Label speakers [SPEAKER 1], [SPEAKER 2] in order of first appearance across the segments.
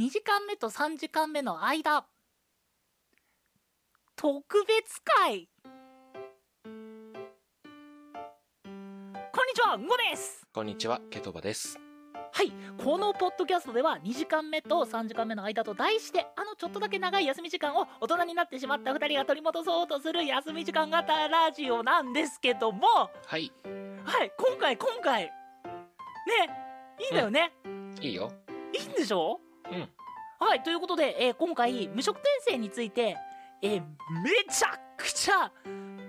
[SPEAKER 1] 2時間目と3時間目の間特別会こんにちはんごです
[SPEAKER 2] こんにちは、ケトバです。
[SPEAKER 1] はいこのポッドキャストでは2時間目と3時間目の間と題してあのちょっとだけ長い休み時間を大人になってしまった2人が取り戻そうとする休み時間型ラジオなんですけども
[SPEAKER 2] はい、
[SPEAKER 1] はい今回今回ねいいんだよね、
[SPEAKER 2] いいよ。
[SPEAKER 1] いいんでしょ
[SPEAKER 2] うん
[SPEAKER 1] はい、ということで、えー今回、無職転生について、えーめちゃくちゃ、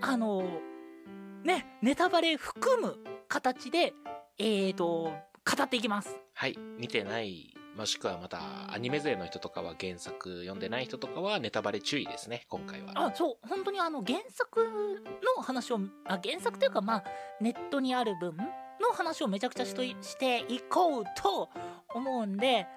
[SPEAKER 1] あのーね、ネタバレ含む形で、えーと、語っていきます。
[SPEAKER 2] はい、見てない、もしくはまた、アニメ勢の人とかは原作読んでない人とかはネタバレ注意ですね、今回は。
[SPEAKER 1] あ、そう、本当にあの、原作の話を、あ、原作というか、まあ、ネットにある分の話をめちゃくちゃしといしていこうと思うんで、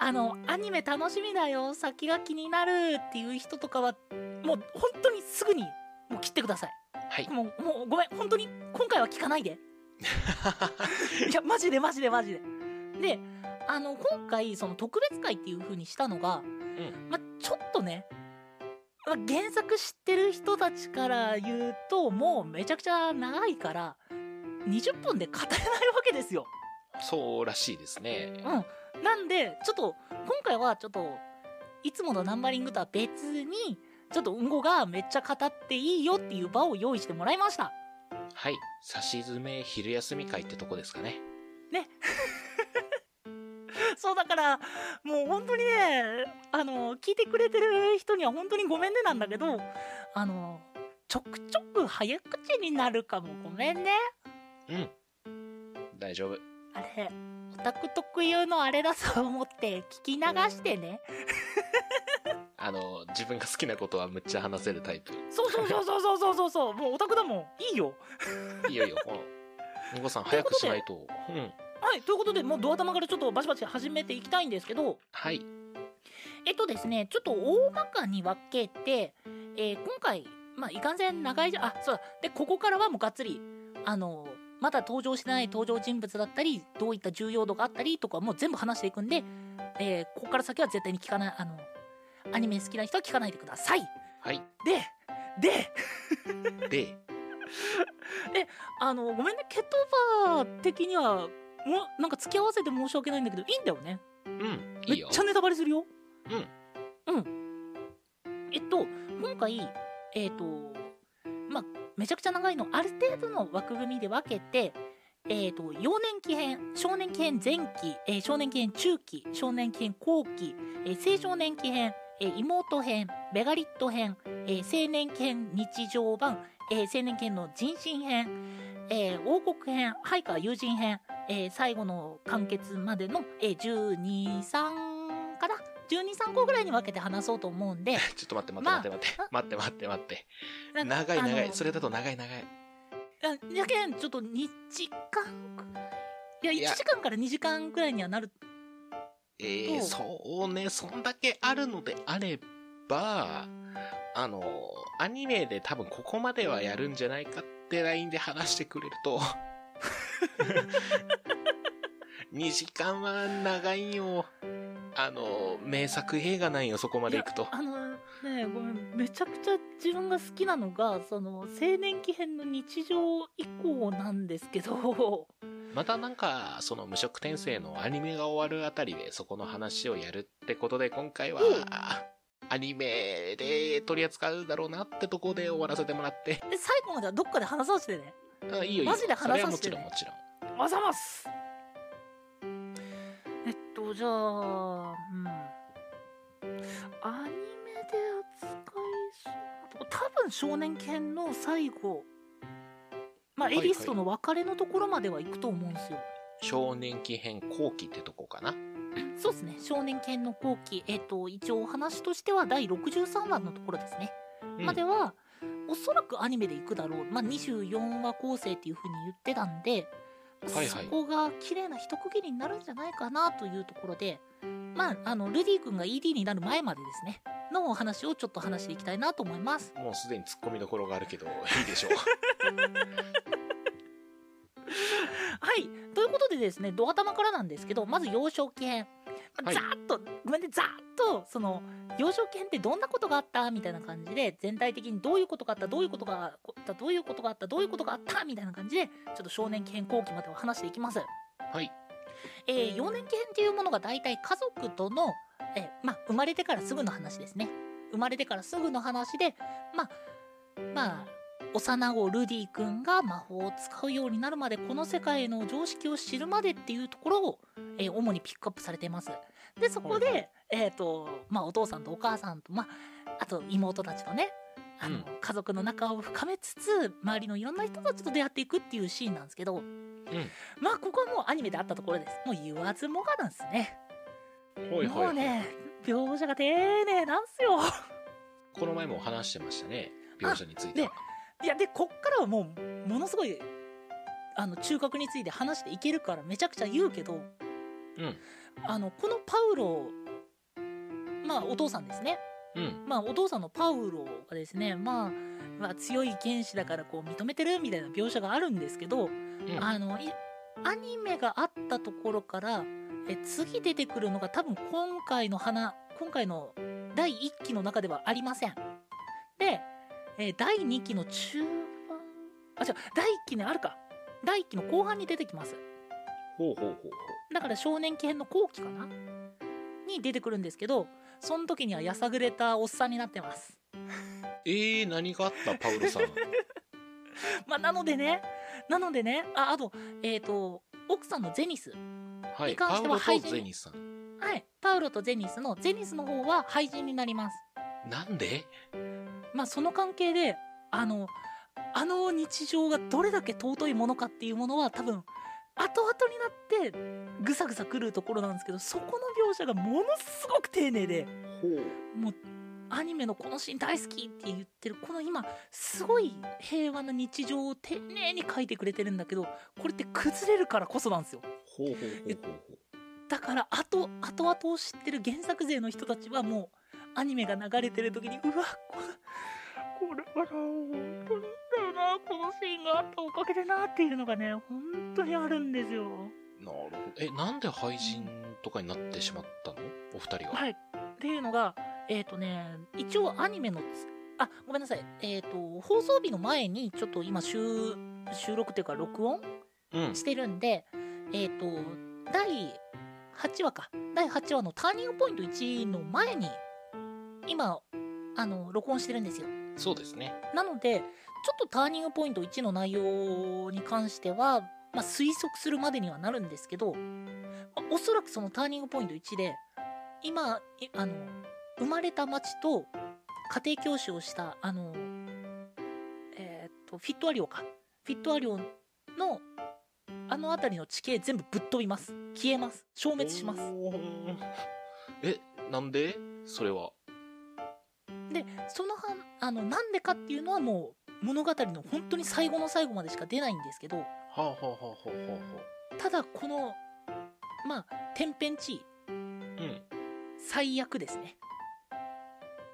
[SPEAKER 1] あの、アニメ楽しみだよ、先が気になるっていう人とかは、もう本当にすぐに、もう切ってください。
[SPEAKER 2] はい。
[SPEAKER 1] もう、もうごめん、本当に、今回は聞かないで。 いや、マジでマジでマジで。で、あの、今回、その特別会っていう風にしたのが、
[SPEAKER 2] ん
[SPEAKER 1] ま、ちょっとね、ま、原作知ってる人たちから言うと、もうめちゃくちゃ長いから、20分で語れないわけですよ。
[SPEAKER 2] そうらしいですね。
[SPEAKER 1] うん。なんで、ちょっと、今回はちょっと、いつものナンバリングとは別に、ちょっと、うんごがめっちゃ語っていいよっていう場を用意してもらいました。
[SPEAKER 2] はい、差し詰め昼休み会ってとこですかね。
[SPEAKER 1] そうだから、もう本当にね、あの、聞いてくれてる人には本当にごめんねなんだけど、あの、ちょくちょく早口になるかもごめんね。
[SPEAKER 2] うん。大丈夫。
[SPEAKER 1] あれ、オタク特有のあれだと思って聞き流してね。
[SPEAKER 2] あの、自分が好きなことはむっちゃ話せるタイプ。
[SPEAKER 1] そうそうそうそうそうそうそう、もうオタクだもん。いいよ。
[SPEAKER 2] いい よいいよ、ほら。ニコさん早くしないと。うん。
[SPEAKER 1] はい、ということで、もうドア玉からちょっとバシバシ始めていきたいんですけど、
[SPEAKER 2] はい。
[SPEAKER 1] えっとですね、ちょっと大まかに分けて、えー今回、まあ、いかんせん長いじゃ、あ、そうだ。で、ここからはもうがっつり、あの、まだ登場してない登場人物だったり、どういった重要度があったりとかもう全部話していくんで、えーここから先は絶対に聞かない、あの、アニメ好きな人は聞かないでください。
[SPEAKER 2] はい。
[SPEAKER 1] で、で、
[SPEAKER 2] で、
[SPEAKER 1] あの、ごめんね、ケトバー的には、もう、なんか付き合わせて申し訳ないんだけど、いいんだよね。
[SPEAKER 2] うん、い
[SPEAKER 1] め
[SPEAKER 2] い
[SPEAKER 1] っ
[SPEAKER 2] よ
[SPEAKER 1] ち。ゃネタバレするよ。うん。うん。えっと、今回、えっ、と、まあ、めちゃくちゃ長いの、ある程度の枠組みで分けて、えっ、と、幼年期編、少年期編前期、えー少年期編中期、少年期編後期、えー青少年期編、えー妹編、ベガリット編、えー青年期編日常版、えー青年期編の人身編、えー王国編、ハイカー友人編、えー最後の完結までの、えー12、3かな ?12、3個ぐらいに分けて話そうと思うんで、
[SPEAKER 2] ちょっと待って待って待って待って待って待って待って。長い長
[SPEAKER 1] あ
[SPEAKER 2] い。
[SPEAKER 1] の
[SPEAKER 2] それだと長い長い。
[SPEAKER 1] あやけん、ちょっと2時間くらい。い
[SPEAKER 2] い
[SPEAKER 1] や、
[SPEAKER 2] や
[SPEAKER 1] 1時間から2時間くらいにはなる。
[SPEAKER 2] ええ
[SPEAKER 1] どう
[SPEAKER 2] そうね、そんだけあるのであれば、あの、アニメで多分ここまではやるんじゃないかって LINE で話してくれる と、2時間は長いよ。あの、名作映画なんよ、そこまで行くと。
[SPEAKER 1] あの、ねえごめん、めちゃくちゃ自分が好きなのが、その、青年期編の日常以降なんですけ ど、
[SPEAKER 2] またなんか、その無職転生のアニメが終わるあたりで、そこの話をやるってことで、今回は
[SPEAKER 1] うん、
[SPEAKER 2] アニメで取り扱うだろうなってとこで終わらせてもらって、
[SPEAKER 1] で最後まではどっかで話そうしてね。
[SPEAKER 2] あいいよいいよ。
[SPEAKER 1] マジで話させて
[SPEAKER 2] それ
[SPEAKER 1] ね
[SPEAKER 2] はもちろんも
[SPEAKER 1] あざますえっと、じゃあ、うん。アニメで扱いそうなとこ、多分少年期編の最後、まあ、
[SPEAKER 2] はい
[SPEAKER 1] エ
[SPEAKER 2] はい
[SPEAKER 1] リスとの別れのところまでは行くと思うんですよ。
[SPEAKER 2] ちろん。少年期編後期ってとこかな。
[SPEAKER 1] そうですね、少年期編の後期、えっと、一応お話としては第63話のところですね。
[SPEAKER 2] うん
[SPEAKER 1] までは、おそらくアニメで行くだろう。まあ、24話構成っていう風に言ってたんで、
[SPEAKER 2] はいはい
[SPEAKER 1] そこが綺麗な一区切りになるんじゃないかなというところで、まあ、あの、ルディ君が ED になる前までですね、のお話をちょっと話していきたいなと思います。
[SPEAKER 2] もうすでに突っ込みどころがあるけど、いいでしょう。
[SPEAKER 1] はい。ということでですね、ドア玉からなんですけど、まず幼少期編。まあ
[SPEAKER 2] はい
[SPEAKER 1] ざーっとごめんね、ざーっと、その、幼少期編ってどんなことがあったみたいな感じで、全体的にどういうことがあった、どういうことがあった、どういうことがあった、どういうことがあった、みたいな感じで、ちょっと少年期編後期までを話していきます。
[SPEAKER 2] はい。
[SPEAKER 1] えー、幼年期編っていうものが大体家族との、えーまあ、生まれてからすぐの話ですね。生まれてからすぐの話で、まあ、まあ、幼子ルディ君が魔法を使うようになるまで、この世界の常識を知るまでっていうところを、えー主にピックアップされています。で、そこ
[SPEAKER 2] はいは
[SPEAKER 1] で、えっ、と、まあ、お父さんとお母さんと、まあ、あと妹たちとね、あの
[SPEAKER 2] うん
[SPEAKER 1] 家族の仲を深めつつ周りのいろんな人たちと出会っていくっていうシーンなんですけど、まあここはもうアニメであったところですもう言わずもがなんですね
[SPEAKER 2] ほいほい
[SPEAKER 1] も
[SPEAKER 2] ほ
[SPEAKER 1] う
[SPEAKER 2] い。
[SPEAKER 1] ね描写が丁寧なんすよ
[SPEAKER 2] この前も話してましたね。描写については。
[SPEAKER 1] いやでこっからはもうものすごいあの中核について話していけるからめちゃくちゃ言うけど
[SPEAKER 2] うん。
[SPEAKER 1] あのこのパウロまあお父さんですね
[SPEAKER 2] うん。
[SPEAKER 1] まあ、お父さんのパウロがですね、まあ、まあ、強い剣士だからこう認めてるみたいな描写があるんですけど、
[SPEAKER 2] うん
[SPEAKER 1] あのいアニメがあったところからえ次出てくるのが多分今回の花今回の第1期の中ではありません。で、えー第2期の中盤あ違う第1期ねあるか第1期の後半に出てきます。
[SPEAKER 2] ほうほうほうほう。
[SPEAKER 1] だから少年期編の後期かなに出てくるんですけどその時にはやさぐれたおっさんになってます。
[SPEAKER 2] えー、何があったパウ ロさん。
[SPEAKER 1] まあ、なのでね、なのでね、あ、あと、えっ、と、奥さんのゼニス。
[SPEAKER 2] はい。
[SPEAKER 1] に関
[SPEAKER 2] パ
[SPEAKER 1] し
[SPEAKER 2] ウ
[SPEAKER 1] て
[SPEAKER 2] ロ
[SPEAKER 1] は
[SPEAKER 2] とゼニスさん。
[SPEAKER 1] はい。パウロとゼニスの、ゼニスの方は廃人になります。
[SPEAKER 2] なんで
[SPEAKER 1] まあ、その関係で、あの、あの日常がどれだけ尊いものかっていうものは多分、後々になって、ぐさぐさ来るところなんですけど、そこの描写がものすごく丁寧で、
[SPEAKER 2] ほう。
[SPEAKER 1] もう、アニメのこのシーン大好きって言ってる、この今、すごい平和な日常を丁寧に描いてくれてるんだけど、これって崩れるからこそなんですよ。
[SPEAKER 2] ほうほうほうほうほう。
[SPEAKER 1] だから後後々を知ってる原作勢の人たちはもうアニメが流れてる時にうわこれこれはな本当にいいんだよなこのシーンがあったおかげでなっていうのがね本当にあるんですよ
[SPEAKER 2] なるほど。え、なんで廃人とかになってしまったのお二人は。
[SPEAKER 1] はいっていうのがえっ、とね一応アニメのつあごめんなさいえっ、と放送日の前にちょっと今収収録というか録音
[SPEAKER 2] うん。
[SPEAKER 1] してるんで、えっ、と、第8話か。第8話のターニングポイント1の前に、今、あの、録音してるんですよ。
[SPEAKER 2] そうですね。
[SPEAKER 1] なので、ちょっとターニングポイント1の内容に関しては、まあ、推測するまでにはなるんですけど、まあおそらくそのターニングポイント1で、今、いあの、生まれた町と家庭教師をした、あの、えーっと、フィットアリオか。フィットアリオの、あの辺りの地形全部ぶっ飛びます。消えます。消滅します。
[SPEAKER 2] おー。え、なんでそれは。
[SPEAKER 1] でそのはあのなんでかっていうのはもう物語の本当に最後の最後までしか出ないんですけど
[SPEAKER 2] はあはあはあはあはあは
[SPEAKER 1] ただこのまあ天変地異
[SPEAKER 2] あ。うん。
[SPEAKER 1] 最悪ですね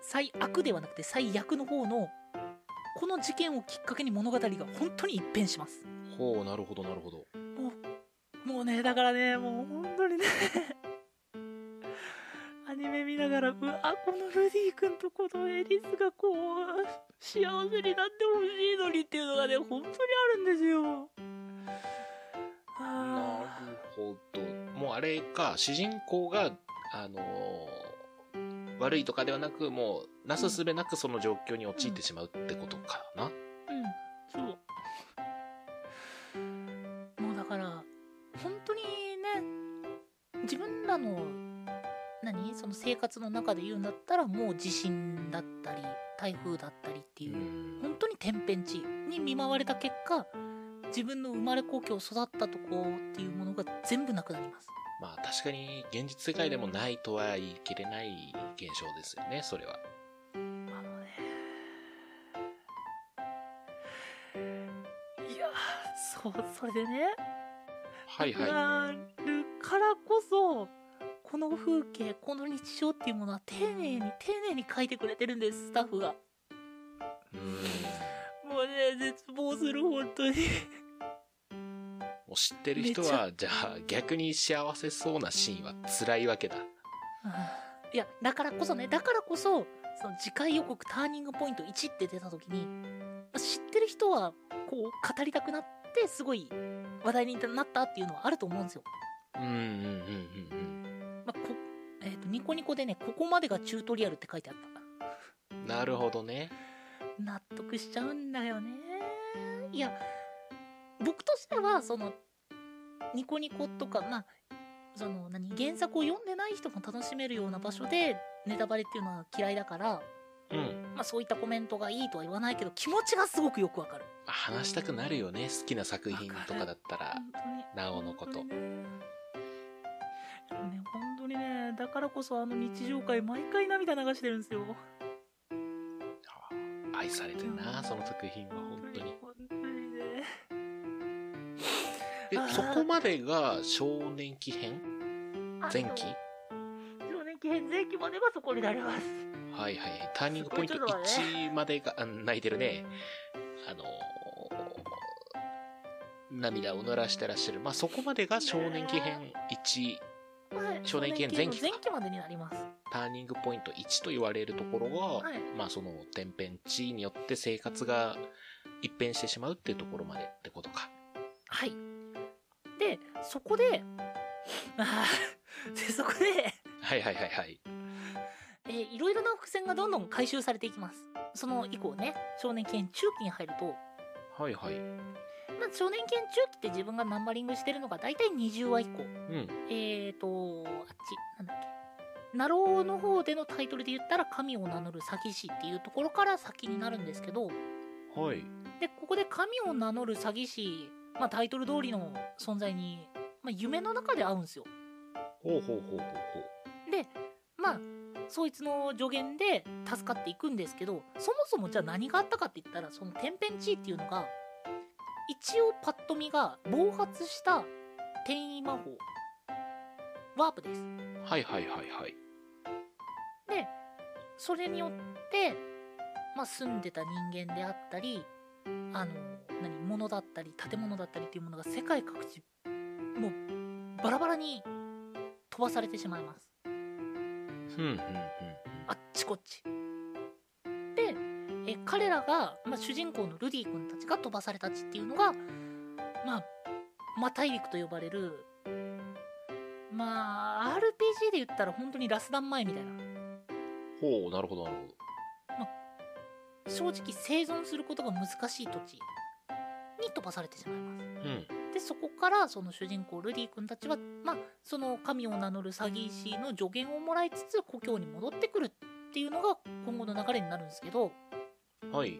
[SPEAKER 1] 最悪ではなくて最悪の方のこの事件をきっかけに物語が本当に一変します
[SPEAKER 2] ほう、なるほど、なるほど。
[SPEAKER 1] もうねだからねもう本当にね アニメ見ながらうわこのルディ君とこのエリスがこう幸せになってほしいのにっていうのがね本当にあるんですよ
[SPEAKER 2] な
[SPEAKER 1] あ
[SPEAKER 2] るほど。もうあれか、主人公が、あのー悪いとかではなく、もう、なすすべなくその状況に陥ってしまうってことかな。
[SPEAKER 1] ーうんそうもうだから本当にね自分らの何その生活の中で言うんだったらもう地震だったり台風だったりっていうう、
[SPEAKER 2] ん。
[SPEAKER 1] 本当に天変地異に見舞われた結果自分の生まれ故郷育ったとこっていうものが全部なくなります
[SPEAKER 2] まあ確かに、現実世界でもないとは言い切れない現象ですよね、それは。
[SPEAKER 1] あのねいやーそうそれでね
[SPEAKER 2] はいはい。
[SPEAKER 1] なるからこそこの風景この日常っていうものは丁寧に丁寧に書いてくれてるんですスタッフが
[SPEAKER 2] うーん。
[SPEAKER 1] もうね絶望する本当に
[SPEAKER 2] もう知ってる人は、じゃあ逆に幸せそうなシーンは辛いわけだ。
[SPEAKER 1] あ いや、だからこそね、だからこそ、その次回予告ターニングポイント1って出た時に、まあ知ってる人は、こう、語りたくなって、すごい話題になったっていうのはあると思うんですよ。
[SPEAKER 2] うんうんうんうん
[SPEAKER 1] まあこえーとニコニコでね、ここまでがチュートリアルって書いてあった。
[SPEAKER 2] うん。なるほどね。
[SPEAKER 1] 納得しちゃうんだよねいや僕としてはそのニコニコとかまあその何原作を読んでない人も楽しめるような場所でネタバレっていうのは嫌いだから、
[SPEAKER 2] うん。
[SPEAKER 1] まあ、そういったコメントがいいとは言わないけど気持ちがすごくよくわかる
[SPEAKER 2] 話したくなるよね。好きな作品とかだったら、
[SPEAKER 1] 本当に
[SPEAKER 2] なおのこと。
[SPEAKER 1] ねでもね本当にねだからこそあの日常会毎回涙流してるんですよ
[SPEAKER 2] 愛されてるな、その作品は本当に。
[SPEAKER 1] 本当にね
[SPEAKER 2] え
[SPEAKER 1] あー、
[SPEAKER 2] そこまでが少年期編前期
[SPEAKER 1] 少年期編前期までがそこになります
[SPEAKER 2] はいはいはい。ターニングポイント
[SPEAKER 1] すごいちょっとだ
[SPEAKER 2] 1までが、あ泣いてるね。あのー涙を濡らしてらっしゃる。まあ、そこまでが少年期編1、
[SPEAKER 1] はい
[SPEAKER 2] 少年期限前期か
[SPEAKER 1] 前期までになります
[SPEAKER 2] ターニングポイント1と言われるところが、
[SPEAKER 1] はい
[SPEAKER 2] まあ、その、天変地異によって生活が一変してしまうっていうところまでってことか。
[SPEAKER 1] はいでそこであー でそこで、
[SPEAKER 2] はいはいはいはい。
[SPEAKER 1] えーいろいろな伏線がどんどん回収されていきますその以降ね少年期限中期に入ると、
[SPEAKER 2] はいはい。う
[SPEAKER 1] まあ、少年期限中期って自分がナンバリングしてるのが大体20話以降
[SPEAKER 2] ん。
[SPEAKER 1] えーとあっちなんだっけナローの方でのタイトルで言ったら神を名乗る詐欺師っていうところから先になるんですけど、
[SPEAKER 2] はい。
[SPEAKER 1] でここで神を名乗る詐欺師、まあ、タイトル通りの存在に、まあ、夢の中で会うんですよ
[SPEAKER 2] ほうほうほうほうほう。
[SPEAKER 1] でまあそいつの助言で助かっていくんですけどそもそもじゃあ何があったかって言ったらその天変地異っていうのが一応パッと見が暴発した転移魔法ワープです
[SPEAKER 2] はいはいはいはい。
[SPEAKER 1] でそれによって、まあ、住んでた人間であったりあの何物だったり建物だったりっていうものが世界各地もうバラバラに飛ばされてしまいます
[SPEAKER 2] ふんふんふん。
[SPEAKER 1] あっちこっち。でえ彼らが、まあ、主人公のルディ君たちが飛ばされた地っていうのがまあ魔大陸と呼ばれるまあ RPG で言ったら本当にラスダン前みたいな
[SPEAKER 2] ほう、なるほどなるほど。
[SPEAKER 1] 正直生存することが難しい土地に飛ばされてしまいます
[SPEAKER 2] うん。
[SPEAKER 1] でそこからその主人公ルディ君たちは、まあ、その神を名乗る詐欺師の助言をもらいつつ故郷に戻ってくるっていうのが今後の流れになるんですけど
[SPEAKER 2] はい。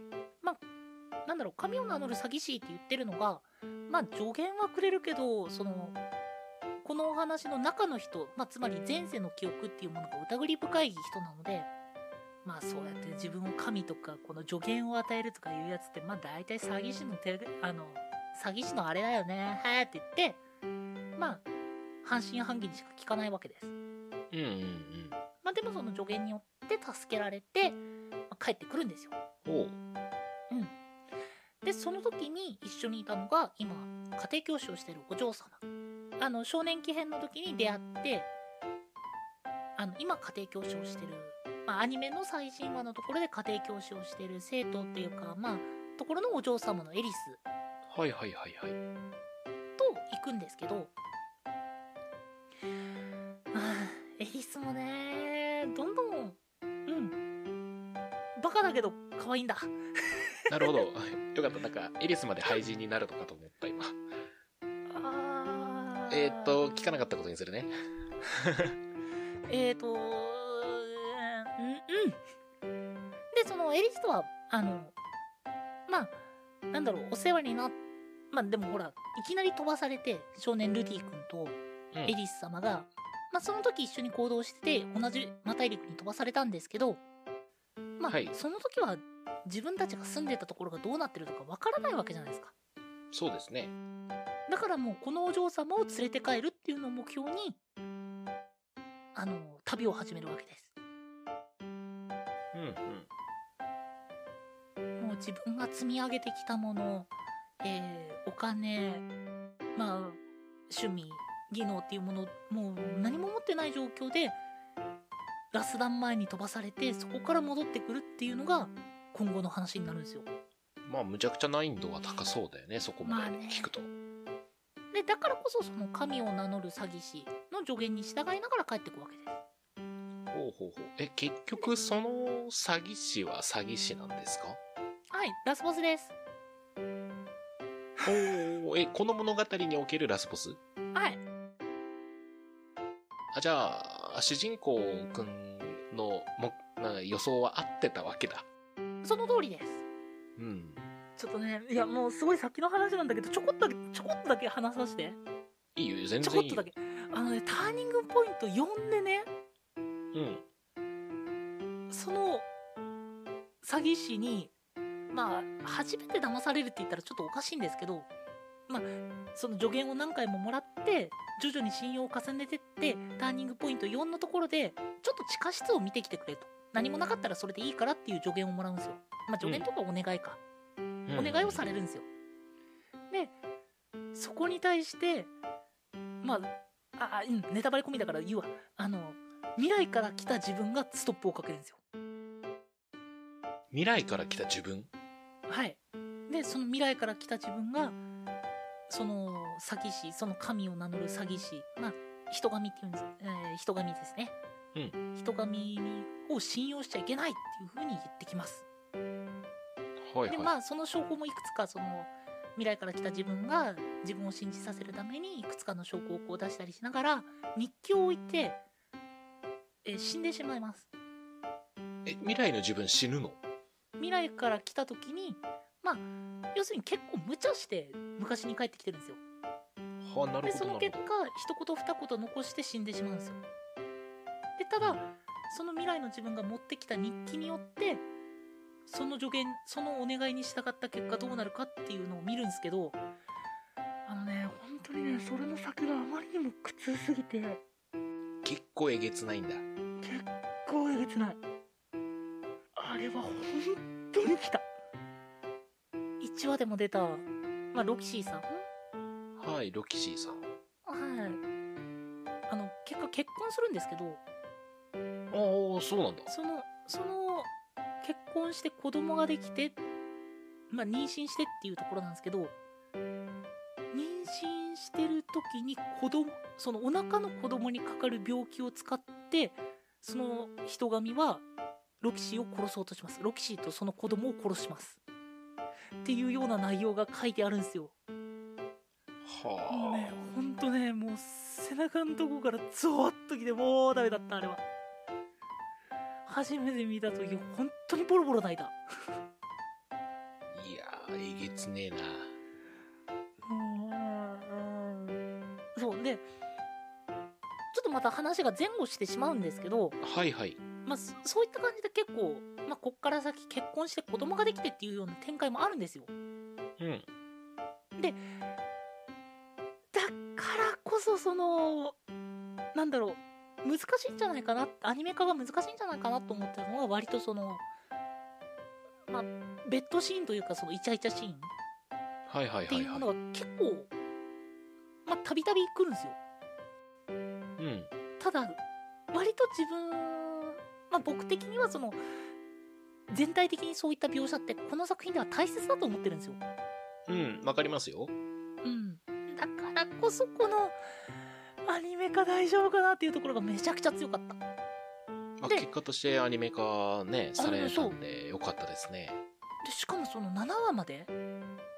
[SPEAKER 1] なんだろう神を名乗る詐欺師って言ってるのがまあ助言はくれるけどそのこのお話の中の人、まあ、つまり前世の記憶っていうものが疑り深い人なのでまあそうやって自分を神とかこの助言を与えるとかいうやつってまあ大体詐欺師の手あの詐欺師のあれだよねはーって言ってまあ半信半疑にしか聞かないわけです。
[SPEAKER 2] うんうんうん。
[SPEAKER 1] まあ、でもその助言によって助けられて、まあ帰ってくるんですよ。
[SPEAKER 2] ほう。
[SPEAKER 1] でその時に一緒にいたのが今家庭教師をしているお嬢様あの少年期編の時に出会ってあの今家庭教師をしてる、まあ、アニメの最新話のところで家庭教師をしてる生徒っていうかまあところのお嬢様のエリス
[SPEAKER 2] はいはいはいはい。
[SPEAKER 1] と行くんですけどあーエリスもねどんどんうんバカだけど可愛いんだ
[SPEAKER 2] なるほど。 よかった。なんか、エリスまで廃人になるのかと思った、今。
[SPEAKER 1] あー
[SPEAKER 2] えっ、ー、と、聞かなかったことにするね。
[SPEAKER 1] えーと、うん、うん。で、そのエリスとは、あの、まあ、なんだろう、お世話になっ、まあでもほら、いきなり飛ばされて、少年ルディ君と
[SPEAKER 2] うん
[SPEAKER 1] エリス様が、まあその時一緒に行動してて、同じ魔大陸に飛ばされたんですけど、まあ、
[SPEAKER 2] はい
[SPEAKER 1] その時は自分たちが住んでたところがどうなってるとかわからないわけじゃないですか。
[SPEAKER 2] そうですね。
[SPEAKER 1] だからもうこのお嬢様を連れて帰るっていうのを目標に、あの、旅を始めるわけです。
[SPEAKER 2] うんうん。
[SPEAKER 1] もう自分が積み上げてきたもの、えーお金、まあ、趣味、技能っていうもの、もう何も持ってない状況で、ラスダン前に飛ばされてそこから戻ってくるっていうのが今後の話になるんですよ
[SPEAKER 2] まあむちゃくちゃ難易度は高そうだよねそこまで聞くと、
[SPEAKER 1] でだからこそその神を名乗る詐欺師の助言に従いながら帰ってくわけです
[SPEAKER 2] ほうほうほうえ結局その詐欺師は詐欺師なんです か
[SPEAKER 1] はいラスボスです
[SPEAKER 2] おおえこの物語におけるラスボス
[SPEAKER 1] はい
[SPEAKER 2] あじゃあ主人公くんのもなんか予想は合ってたわけだ
[SPEAKER 1] その通りです
[SPEAKER 2] うん
[SPEAKER 1] ちょっとねいやもうすごい先の話なんだけどちょこっとだけちょこっとだけ話させて
[SPEAKER 2] いいよ全
[SPEAKER 1] ちょこ
[SPEAKER 2] 然
[SPEAKER 1] っ
[SPEAKER 2] い
[SPEAKER 1] とだ
[SPEAKER 2] いよ
[SPEAKER 1] けあのねターニングポイント4でね
[SPEAKER 2] うん
[SPEAKER 1] その詐欺師にまあ初めて騙されるって言ったらちょっとおかしいんですけどまあその助言を何回ももらって徐々に信用を重ねてってターニングポイント4のところでちょっと地下室を見てきてくれと何もなかったらそれでいいからっていう助言をもらうんですよまあ助言とかお願いか、
[SPEAKER 2] うん
[SPEAKER 1] お願いをされるんですよ。でそこに対してまあああうんネタバレ込みだから言うわあの未来から来た自分がストップをかけるんですよ。
[SPEAKER 2] 未来から来た自分
[SPEAKER 1] はい、でその未来から来た自分がその詐欺師その神を名乗る詐欺師まあ人神っていうんです、えー人神ですね、人神を信用しちゃいけないっていうふうに言ってきます。
[SPEAKER 2] はい
[SPEAKER 1] で
[SPEAKER 2] はい、
[SPEAKER 1] まあその証拠もいくつかその未来から来た自分が自分を信じさせるためにいくつかの証拠をこう出したりしながら日記を置いて、えー死んでしまいます
[SPEAKER 2] え未来の自分死ぬの
[SPEAKER 1] 未来から来た時にまあ要するに結構無茶して昔に帰ってきてるんですよ
[SPEAKER 2] はあなる
[SPEAKER 1] で
[SPEAKER 2] ほ
[SPEAKER 1] そ
[SPEAKER 2] どな
[SPEAKER 1] の
[SPEAKER 2] る
[SPEAKER 1] 結
[SPEAKER 2] ほ
[SPEAKER 1] 果一言二言残して死んでしまうんですよでただその未来の自分が持ってきた日記によってその助言そのお願いに従った結果どうなるかっていうのを見るんですけどあのね本当にねそれの先があまりにも苦痛すぎて結
[SPEAKER 2] ど結構えげつないんだ
[SPEAKER 1] 構えげつないあれは本当に来た1話でも出た、まあ、ロキシーさん
[SPEAKER 2] はいロキシーさん
[SPEAKER 1] はいあの結果結婚するんですけど
[SPEAKER 2] ああそうなんだ
[SPEAKER 1] そのその結婚して子供ができて、まあ、妊娠してっていうところなんですけど妊娠してる時に子供そのお腹の子供にかかる病気を使ってその人神はロキシーを殺そうとしますロキシーとその子供を殺しますっていうような内容が書いてあるんですよもうね
[SPEAKER 2] は
[SPEAKER 1] ほんとねもう背中のとこからゾワッときてもうダメだったあれは初めて見た時本当にボロボロ泣いた
[SPEAKER 2] あいやーえげつねえな
[SPEAKER 1] そうでちょっとまた話が前後してしまうんですけど、
[SPEAKER 2] はいはい
[SPEAKER 1] まあ、そそういった感じで結構、まあ、こっから先結婚して子供ができてっていうような展開もあるんですよ
[SPEAKER 2] うん
[SPEAKER 1] だからこそそのなんだろう難しいんじゃないかなアニメ化が難しいんじゃないかなと思ったのは割とそのまあベッドシーンというかそのイチャイチャシーンっ
[SPEAKER 2] はいはい
[SPEAKER 1] て
[SPEAKER 2] はい
[SPEAKER 1] いうも
[SPEAKER 2] はい
[SPEAKER 1] のは結構まあたびたび来るんですよ
[SPEAKER 2] うん
[SPEAKER 1] ただ割と自分まあ僕的にはその全体的にそういった描写ってこの作品では大切だと思ってるんですよ
[SPEAKER 2] うんわかりますよ
[SPEAKER 1] うんだからこそこのアニメ化大丈夫かなっていうところがめちゃくちゃ強かった
[SPEAKER 2] まあ
[SPEAKER 1] で
[SPEAKER 2] 結果としてアニメ化ね
[SPEAKER 1] あ
[SPEAKER 2] されたんでよかったですね
[SPEAKER 1] でしかもその7話まで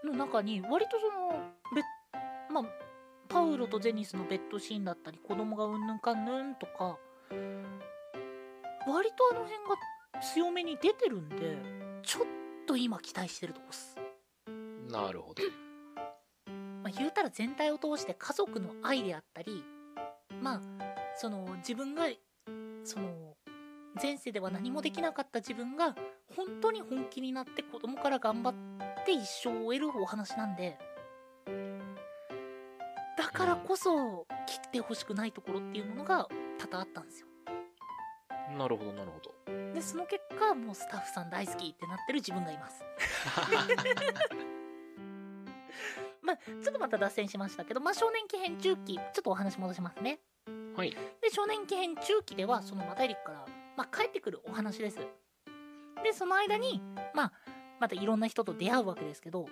[SPEAKER 1] の中に割とそのベッまあパウロとゼニスのベッドシーンだったり子供がうんぬんかんぬんとか割とあの辺が強めに出てるんでちょっと今期待してるとこっす、
[SPEAKER 2] なるほど
[SPEAKER 1] まあ、言うたら全体を通して家族の愛であったりまあその自分がその前世では何もできなかった自分が本当に本気になって子供から頑張って一生を終えるお話なんでだからこそ切ってほしくないところっていうものが多々あったんですよ
[SPEAKER 2] なるほどなる ほど
[SPEAKER 1] でその結果もうスタッフさん大好きってなってる自分がいますまあちょっとまた脱線しましたけどまあ少年期編中期ちょっとお話戻しますね
[SPEAKER 2] はい
[SPEAKER 1] で少年期編中期ではそのマタエリックからまあ、帰ってくるお話です。で、その間に、まあ、またいろんな人と出会うわけですけど、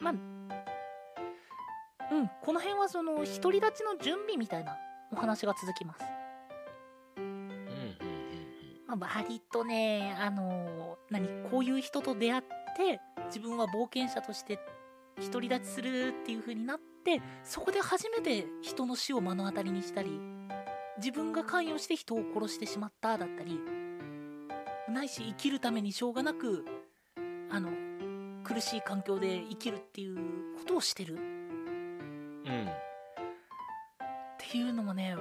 [SPEAKER 1] まあ、うん、この辺はその、独り立ちの準備みたいなお話が続きます。
[SPEAKER 2] うんうん
[SPEAKER 1] まあ、割とね、あのー何、こういう人と出会って、自分は冒険者として独り立ちするっていう風になって、そこで初めて人の死を目の当たりにしたり、自分が関与して人を殺してしまっただったり、ないし生きるためにしょうがなく、あの、苦しい環境で生きるっていうことをしてる。
[SPEAKER 2] うんうん。うん。
[SPEAKER 1] っていうのもね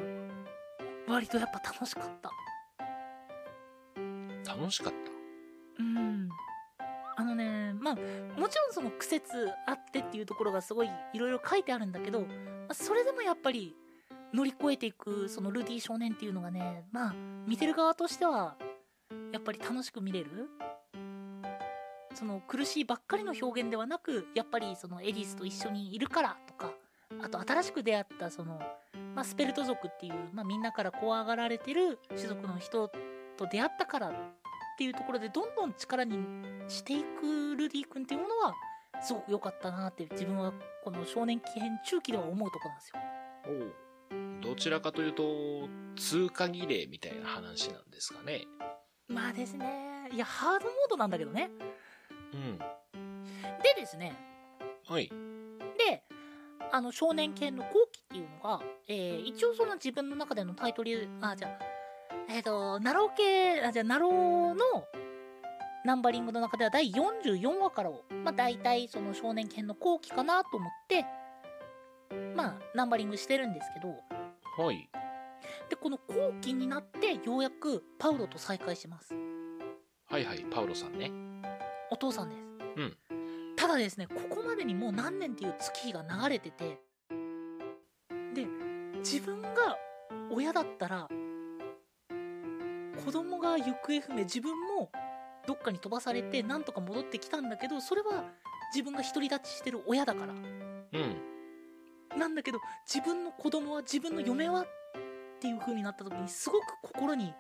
[SPEAKER 1] 割とやっぱ楽しかった
[SPEAKER 2] 楽しかっ
[SPEAKER 1] うんあのねまあもちろんその苦節あってっていうところがすごいいろいろ書いてあるんだけどまあそれでもやっぱり乗り越えていくそのルーディ少年っていうのがねまあ見てる側としてはやっぱり楽しく見れるその苦しいばっかりの表現ではなくやっぱりそのエリスと一緒にいるからとかあと新しく出会ったその、まあ、スペルト族っていう、まあ、みんなから怖がられてる種族の人と出会ったからっていうところでどんどん力にしていくルディ君っていうものはすごく良かったなって自分はこの少年期編中期では思うとこなんですよ。
[SPEAKER 2] た。おどちらかというと、通過儀礼みたいな話なんですかね。
[SPEAKER 1] まあですねいやハードモードなんだけどね。
[SPEAKER 2] うん。
[SPEAKER 1] でですね
[SPEAKER 2] はい。
[SPEAKER 1] であの少年犬の後期っていうのが、えー一応その自分の中でのタイトルあじゃあえっ、とナロー系あじゃあナローのナンバリングの中では第44話からを、まあ、大体その少年犬の後期かなと思ってまあナンバリングしてるんですけど
[SPEAKER 2] はい。
[SPEAKER 1] でこの後期になってようやくパウロと再会します
[SPEAKER 2] はいはい、パウロさんね。
[SPEAKER 1] お父さんです、
[SPEAKER 2] うん
[SPEAKER 1] ただですねここまでにもう何年っていう月日が流れててで自分が親だったら子供が行方不明自分もどっかに飛ばされてなんとか戻ってきたんだけどそれは自分が独り立ちしてる親だから
[SPEAKER 2] うん。
[SPEAKER 1] なんだけど自分の子供は自分の嫁はっていう風になった時にすごく心に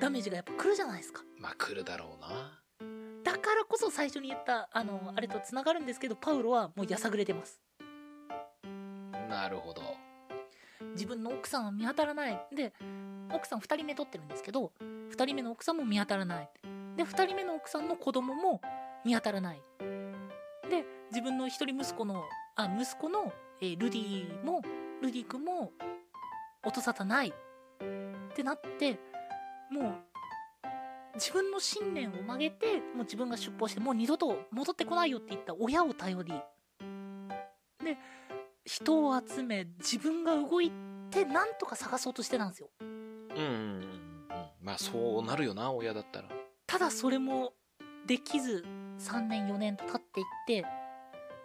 [SPEAKER 1] ダメージがやっぱ来るじゃないですか
[SPEAKER 2] まあ、来るだろうな。
[SPEAKER 1] だからこそ最初に言ったあのあれとつながるんですけどパウロはもうやさぐれてます
[SPEAKER 2] なるほど。
[SPEAKER 1] 自分の奥さんは見当たらないで奥さん2人目取ってるんですけど2人目の奥さんも見当たらないで2人目の奥さんの子供も見当たらないで自分の一人息子のあ息子の、えールディもルディ君も音沙汰ないってなってもう自分の信念を曲げてもう自分が出歩してもう二度と戻ってこないよって言った親を頼りで人を集め自分が動いてなんとか探そうとしてたんですよ
[SPEAKER 2] うんうんうんうん。まあ、そうなるよな、親だったら。
[SPEAKER 1] ただそれもできず3年4年と経っていって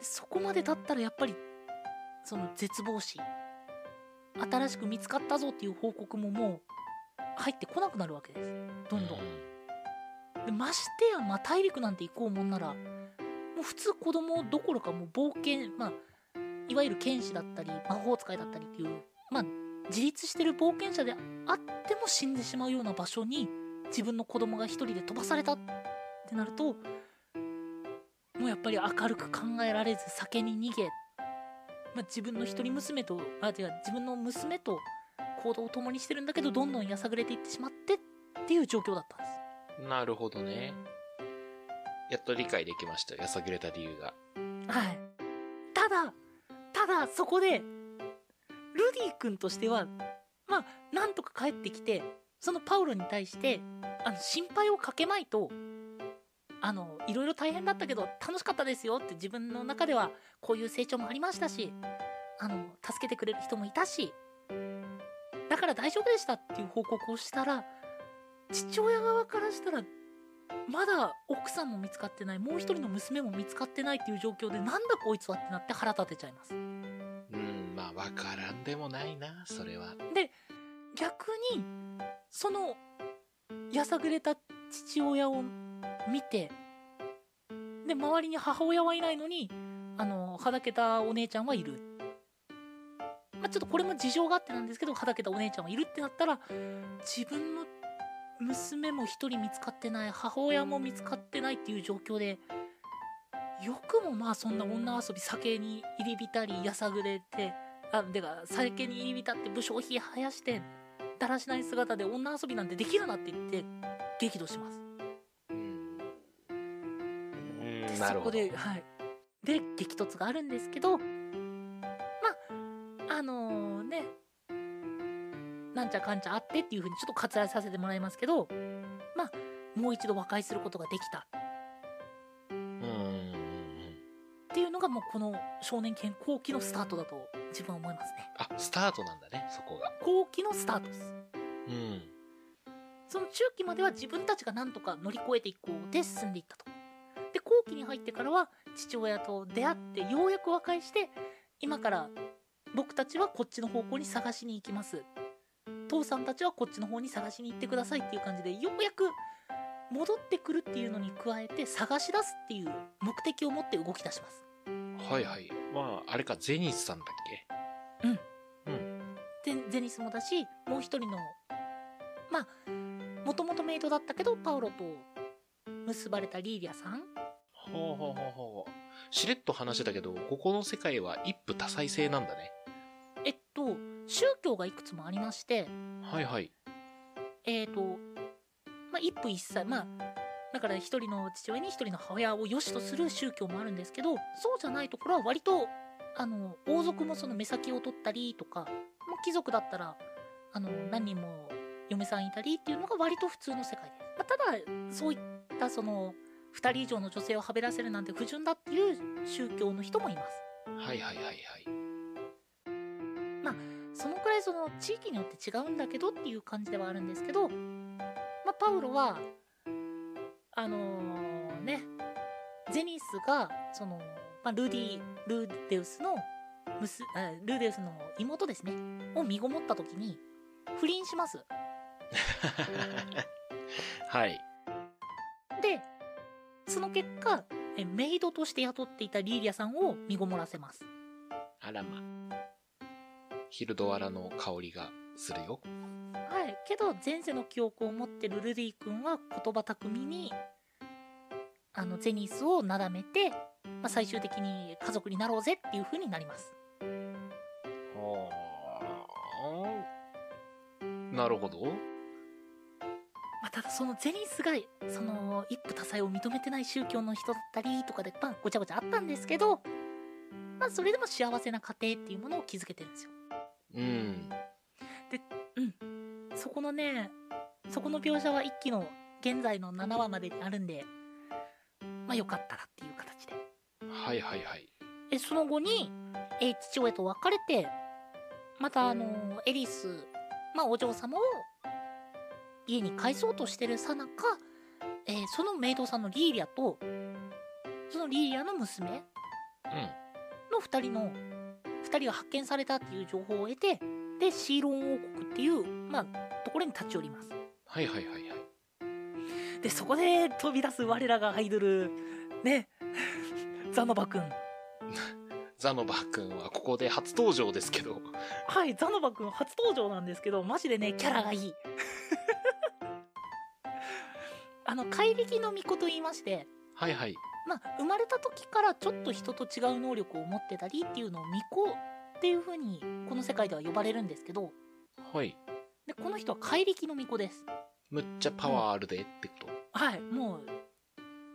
[SPEAKER 1] そこまで経ったらやっぱりその絶望視新しく見つかったぞっていう報告ももう入ってこなくなるわけですどんどん
[SPEAKER 2] う
[SPEAKER 1] でましてや、まあ、大陸なんて行こうもんならもう普通子供どころかもう冒険、まあ、いわゆる剣士だったり魔法使いだったりっていう、まあ、自立してる冒険者であっても死んでしまうような場所に自分の子供が一人で飛ばされたってなるともうやっぱり明るく考えられず酒に逃げ、まあ、自分の一人娘とあ違う自分の娘と行動を共にしてるんだけどどんどんやさぐれていってしまってっていう状況だったんです。
[SPEAKER 2] んなるほどね。やっと理解できました。やさぐれた理由が。
[SPEAKER 1] はい。ただ、ただそこで、ルディ君としては、まあ、なんとか帰ってきて、そのパウロに対して、あの、心配をかけまいと、あの、いろいろ大変だったけど、楽しかったですよって自分の中では、こういう成長もありましたし、あの、助けてくれる人もいたし、だから大丈夫でしたっていう報告をしたら、父親側からしたら、まだ奥さんも見つかってないもう一人の娘も見つかってないっていう状況でなんだこいつはってなって腹立てちゃいます
[SPEAKER 2] うん、まあ、わからんでもないな、それは。
[SPEAKER 1] 逆にそのやさぐれた父親を見てで周りに母親はいないのにあのはだけたお姉ちゃんはいる、まあ、ちょっとこれも事情があってなんですけどはだけたお姉ちゃんはいるってなったら自分の娘も一人見つかってない母親も見つかってないっていう状況でよくもまあそんな女遊び酒に入り浸りやさぐれてあでか酒に入り浸って武将費生やしてだらしない姿で女遊びなんてできるなって言って激怒します
[SPEAKER 2] うん
[SPEAKER 1] で
[SPEAKER 2] な
[SPEAKER 1] そ
[SPEAKER 2] るほ
[SPEAKER 1] こ
[SPEAKER 2] ど。
[SPEAKER 1] で、はい、で激突があるんですけどまああのねなんちゃかんちゃあってっていうふうにちょっと割愛させてもらいますけどまあもう一度和解することができた
[SPEAKER 2] うん。
[SPEAKER 1] っていうのがもうこの少年健後期のスタートだと自分は思いますね
[SPEAKER 2] あ、スタートなんだね、そこが。
[SPEAKER 1] 後期のスタートです
[SPEAKER 2] うん。
[SPEAKER 1] その中期までは自分たちが何とか乗り越えていこうで進んでいったと。で後期に入ってからは父親と出会ってようやく和解して今から僕たちはこっちの方向に探しに行きます父さんたちはこっちの方に探しに行ってくださいっていう感じでようやく戻ってくるっていうのに加えて探し出すっていう目的を持って動き出します
[SPEAKER 2] はいはい。まあ、あれか、ゼニスさんだっけ
[SPEAKER 1] でゼニスもだしもう一人のまあもともとメイドだったけどパオロと結ばれたリーリアさん
[SPEAKER 2] ほうほうほうほう。しれっと話してたけど、ここの世界は一夫多妻制なんだね。
[SPEAKER 1] えっと宗教がいくつもありまして
[SPEAKER 2] はいはい。
[SPEAKER 1] えっ、とまあ一夫一妻まあだから一人の父親に一人の母親を良しとする宗教もあるんですけどそうじゃないところは割とあの王族もその目先を取ったりとかもう貴族だったらあの何人も嫁さんいたりっていうのが割と普通の世界です、まあただそういったその2人以上の女性をはべらせるなんて不純だっていう宗教の人もいます
[SPEAKER 2] はいはいはいはい。
[SPEAKER 1] そのくらいその地域によって違うんだけどっていう感じではあるんですけど、まあ、パウロはあのーねゼニスがその、まあ、ルーディルーデウスの娘あルーデウスの妹ですねを身ごもった時に不倫します
[SPEAKER 2] はい。
[SPEAKER 1] でその結果えメイドとして雇っていたリーリアさんを身ごもらせます
[SPEAKER 2] あらま。ヒルドアラの香りがするよ。
[SPEAKER 1] はい、けど前世の記憶を持ってるルディ君は言葉巧みにあのゼニスをなだめて、まあ、最終的に家族になろうぜっていう風になります
[SPEAKER 2] はあ。なるほど。
[SPEAKER 1] まあ、ただそのゼニスがその一夫多妻を認めてない宗教の人だったりとかで、まあ、ごちゃごちゃあったんですけど、まあ、それでも幸せな家庭っていうものを築けてるんですよ
[SPEAKER 2] うん。
[SPEAKER 1] そこのねそこの描写は一期の現在の7話までにあるんでまあよかったらっていう形で
[SPEAKER 2] はいはいはい。
[SPEAKER 1] でその後に、えー父親と別れてまたあのーエリス、まあ、お嬢様を家に帰そうとしてるさなか、えーそのメイドさんのリーリアとそのリーリアの娘
[SPEAKER 2] う
[SPEAKER 1] の2人の2人が発見されたっていう情報を得てでシーロン王国っていう、まあ、ところに立ち寄ります
[SPEAKER 2] ん。はいはいはいはい。
[SPEAKER 1] でそこで飛び出す我らがアイドルねザノバ君
[SPEAKER 2] ザノバ君はここで初登場ですけど。
[SPEAKER 1] はい、ザノバ君初登場なんですけど、マジでね、キャラがい い。あの、怪力の巫女と言いまして、
[SPEAKER 2] はいはい。
[SPEAKER 1] まあ、生まれた時からちょっと人と違う能力を持ってたりっていうのを巫女っていう風に、この世界では呼ばれるんですけど、
[SPEAKER 2] はい。
[SPEAKER 1] で、この人は怪力の巫女です。
[SPEAKER 2] むっちゃパワーあるでってこと。
[SPEAKER 1] はい、もう、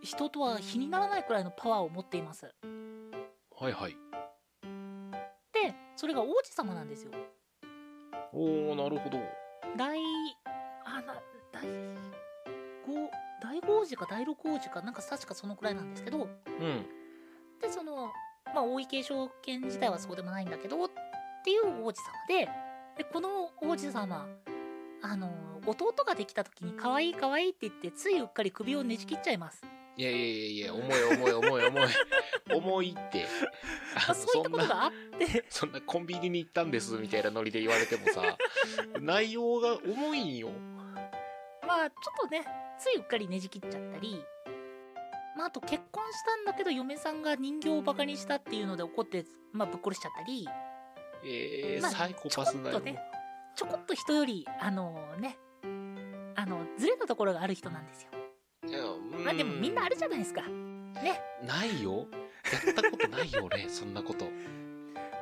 [SPEAKER 1] 人とは比にならないくらいのパワーを持っています。
[SPEAKER 2] はいはい。
[SPEAKER 1] で、それが王子様なんですよ。
[SPEAKER 2] おおなるほど。
[SPEAKER 1] 第あな第五第五王子か第六王子かなんか確かそのくらいなんですけど
[SPEAKER 2] うん。
[SPEAKER 1] でそのまあ王位継承権自体はそうでもないんだけどっていう王子様ででこの王子様あの弟ができた時に可愛い可愛いって言ってついうっかり首をねじ切っちゃいます、
[SPEAKER 2] いやいやいやいや、重い重い重 い重い。重いって。
[SPEAKER 1] まあ、そういったことがあって
[SPEAKER 2] そんなコンビニに行ったんですみたいなノリで言われても さ、内容が重いんよ。
[SPEAKER 1] まあちょっとねついうっかりねじ切っちゃったりまああと結婚したんだけど嫁さんが人形をバカにしたっていうので怒って、まあ、ぶっ殺しちゃったり
[SPEAKER 2] えー、
[SPEAKER 1] まあ
[SPEAKER 2] サイコパス
[SPEAKER 1] ち
[SPEAKER 2] だ
[SPEAKER 1] ょ
[SPEAKER 2] よ
[SPEAKER 1] っと。ねちょこっと人よりあのねあのずれたところがある人なんですよ。
[SPEAKER 2] いやうん
[SPEAKER 1] まあでもみんなあるじゃないですか。
[SPEAKER 2] ないよやったことないよ俺そんなこと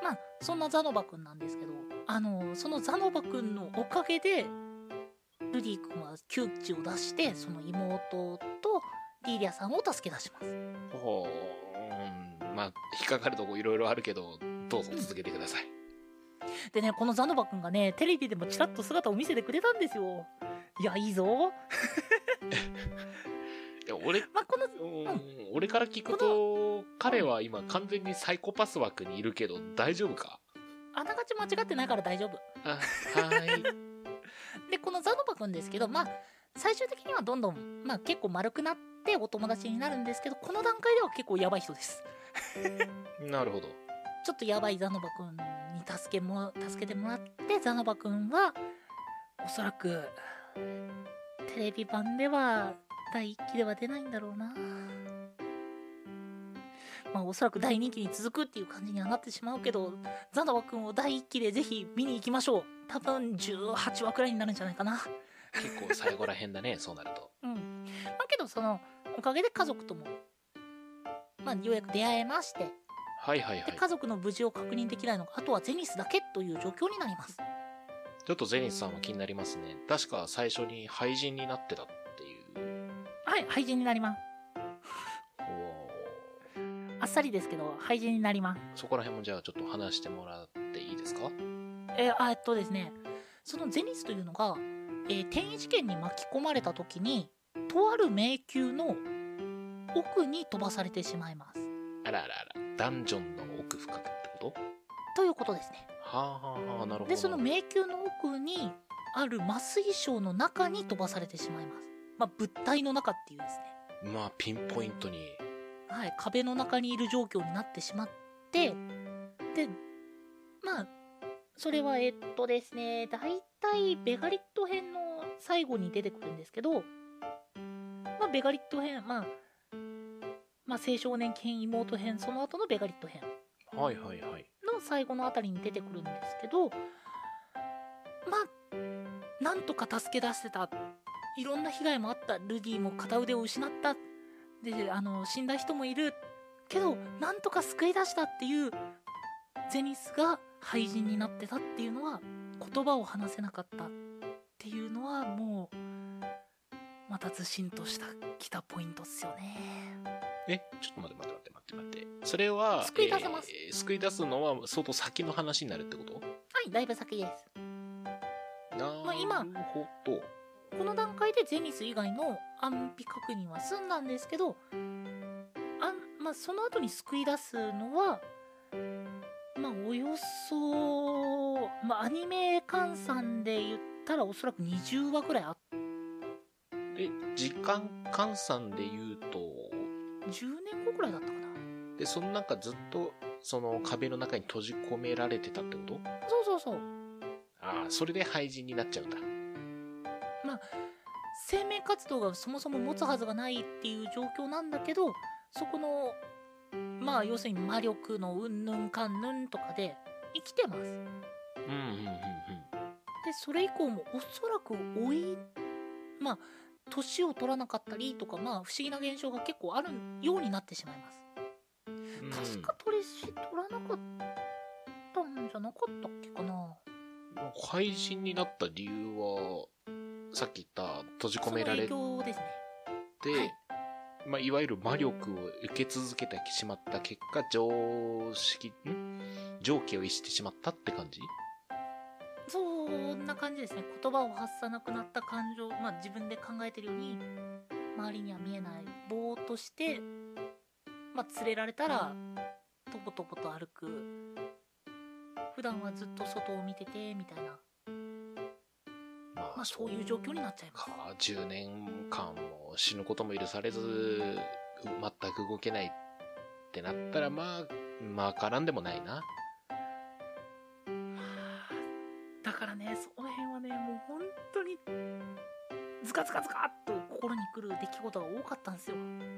[SPEAKER 1] まあそんなザノバくんなんですけどあのそのザノバくんのおかげでルディ君は窮地を出してその妹とリーリアさんを助け出します。
[SPEAKER 2] ほううんまあ引っかかるとこいろいろあるけどどうぞ続けてください
[SPEAKER 1] でねこのザノバくんがねテレビでもちらっと姿を見せてくれたんですよ。いやいいぞ。
[SPEAKER 2] いや俺
[SPEAKER 1] まあこの
[SPEAKER 2] うん俺から聞くと彼は今完全にサイコパス枠にいるけど大丈夫か
[SPEAKER 1] あながち間違ってないから大丈夫。
[SPEAKER 2] あはい
[SPEAKER 1] でこのザノバくんですけどまあ最終的にはどんどん、まあ、結構丸くなってお友達になるんですけどこの段階では結構やばい人です
[SPEAKER 2] なるほど。
[SPEAKER 1] ちょっとやばいザノバくんに助けも助けてもらってザノバくんはおそらくテレビ版では第1期では出ないんだろうなまあおそらく第2期に続くっていう感じにはなってしまうけどザノバくんを第1期でぜひ見に行きましょう多分18話くらいになるんじゃないかな
[SPEAKER 2] 結構最後らへんだね、そうなると。
[SPEAKER 1] うん、まあけどそのおかげで家族とも、まあ、ようやく出会えまして
[SPEAKER 2] はいはいは
[SPEAKER 1] で
[SPEAKER 2] い。
[SPEAKER 1] 家族の無事を確認できないのがあとはゼニスだけという状況になります
[SPEAKER 2] ちょっとゼニスさんは気になりますね。確か最初に廃人になってたっていう。
[SPEAKER 1] はい廃人になります
[SPEAKER 2] おー
[SPEAKER 1] あっさりですけど廃人になります
[SPEAKER 2] そこら辺もじゃあちょっと話してもらっていいですか
[SPEAKER 1] えーあえっとですねそのゼニスというのが、えー転移事件に巻き込まれた時にとある迷宮の奥に飛ばされてしまいます
[SPEAKER 2] あらあらあら。ダンジョンの奥深くってこと
[SPEAKER 1] ということですね
[SPEAKER 2] はあはあはあ、なるほど。
[SPEAKER 1] でその迷宮の奥にある麻酔床の中に飛ばされてしまいます、まあ、物体の中っていうですね、
[SPEAKER 2] まあ、ピンポイントに。
[SPEAKER 1] はい、壁の中にいる状況になってしまってでまあそれはえっとですね大体ベガリット編の最後に出てくるんですけど、まあ、ベガリット編、まあ、まあ青少年犬妹編その後のベガリット編
[SPEAKER 2] はいはいはい。
[SPEAKER 1] の最後のあたりに出てくるんですけどまあなんとか助け出せたいろんな被害もあったルディも片腕を失ったであの死んだ人もいるけどなんとか救い出したっていうゼニスが廃人になってたっていうのは言葉を話せなかったっていうのはもうまたずしんとしたきたポイントっすよね。
[SPEAKER 2] え、ちょっと待って待って待って待って待って。それは、
[SPEAKER 1] 救い出せます
[SPEAKER 2] えー救い出すのは相当先の話になるってこと
[SPEAKER 1] はいだいぶ先です。
[SPEAKER 2] な
[SPEAKER 1] 今
[SPEAKER 2] るほど。
[SPEAKER 1] この段階でゼニス以外の安否確認は済んだんですけどあん、まあ、その後に救い出すのは、まあ、およそ、まあ、アニメ換算で言ったらおそらく20話ぐらいあっ
[SPEAKER 2] で時間換算で言うと
[SPEAKER 1] 10年後ぐらいだったかな
[SPEAKER 2] でその中ずっとその壁の中に閉じ込められてたってこと
[SPEAKER 1] そうそうそう
[SPEAKER 2] ああそれで廃人になっちゃうんだ
[SPEAKER 1] 生命活動がそもそも持つはずがないっていう状況なんだけどそこのまあ要するに魔力のうんぬんかんぬんとかで生きてます
[SPEAKER 2] うんうんうんうん
[SPEAKER 1] でそれ以降もおそらく老いまあ年を取らなかったりとかまあ不思議な現象が結構あるようになってしまいます
[SPEAKER 2] うん
[SPEAKER 1] 確か取りし取らなかったんじゃなかったっけかな
[SPEAKER 2] 廃人になった理由はさっき言った閉じ
[SPEAKER 1] そ
[SPEAKER 2] 込
[SPEAKER 1] の
[SPEAKER 2] められ
[SPEAKER 1] 影
[SPEAKER 2] て
[SPEAKER 1] 響ですねはい
[SPEAKER 2] い,、まあ、いわゆる魔力を受け続けてしまった結果常識ん常軌を逸してしまったって感じ
[SPEAKER 1] そんな感じですね言葉を発さなくなった感情まあ自分で考えてるように周りには見えないぼーっとしてまあ連れられたらとぼとぼと歩く普段はずっと外を見ててみたいな
[SPEAKER 2] ま
[SPEAKER 1] まあそういう状況になっちゃいます
[SPEAKER 2] か10年間も死ぬことも許されず全く動けないってなったらまあまあからんでもないな
[SPEAKER 1] だからねその辺はねもう本当にズカズカズカっと心にくる出来事が多かったんですよ
[SPEAKER 2] うんうん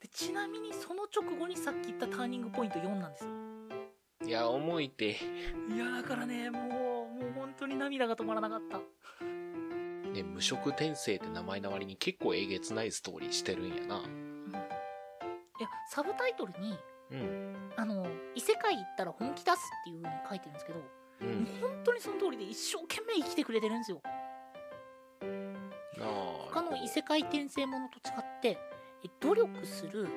[SPEAKER 1] でちなみにその直後にさっき言ったターニングポイント4なんですよ
[SPEAKER 2] うんいや重いて
[SPEAKER 1] いやだからねもうもう本当に涙が止まらなかった
[SPEAKER 2] で無職転生って名前の割に結構えげつないストーリーしてるんやな。
[SPEAKER 1] うんいやサブタイトルに
[SPEAKER 2] うん。
[SPEAKER 1] あの異世界行ったら本気出すっていう風に書いてるんですけど、も
[SPEAKER 2] う。
[SPEAKER 1] うん本当にその通りで一生懸命生きてくれてるんですよ
[SPEAKER 2] なあ。
[SPEAKER 1] 他の異世界転生ものと違ってえ努力する、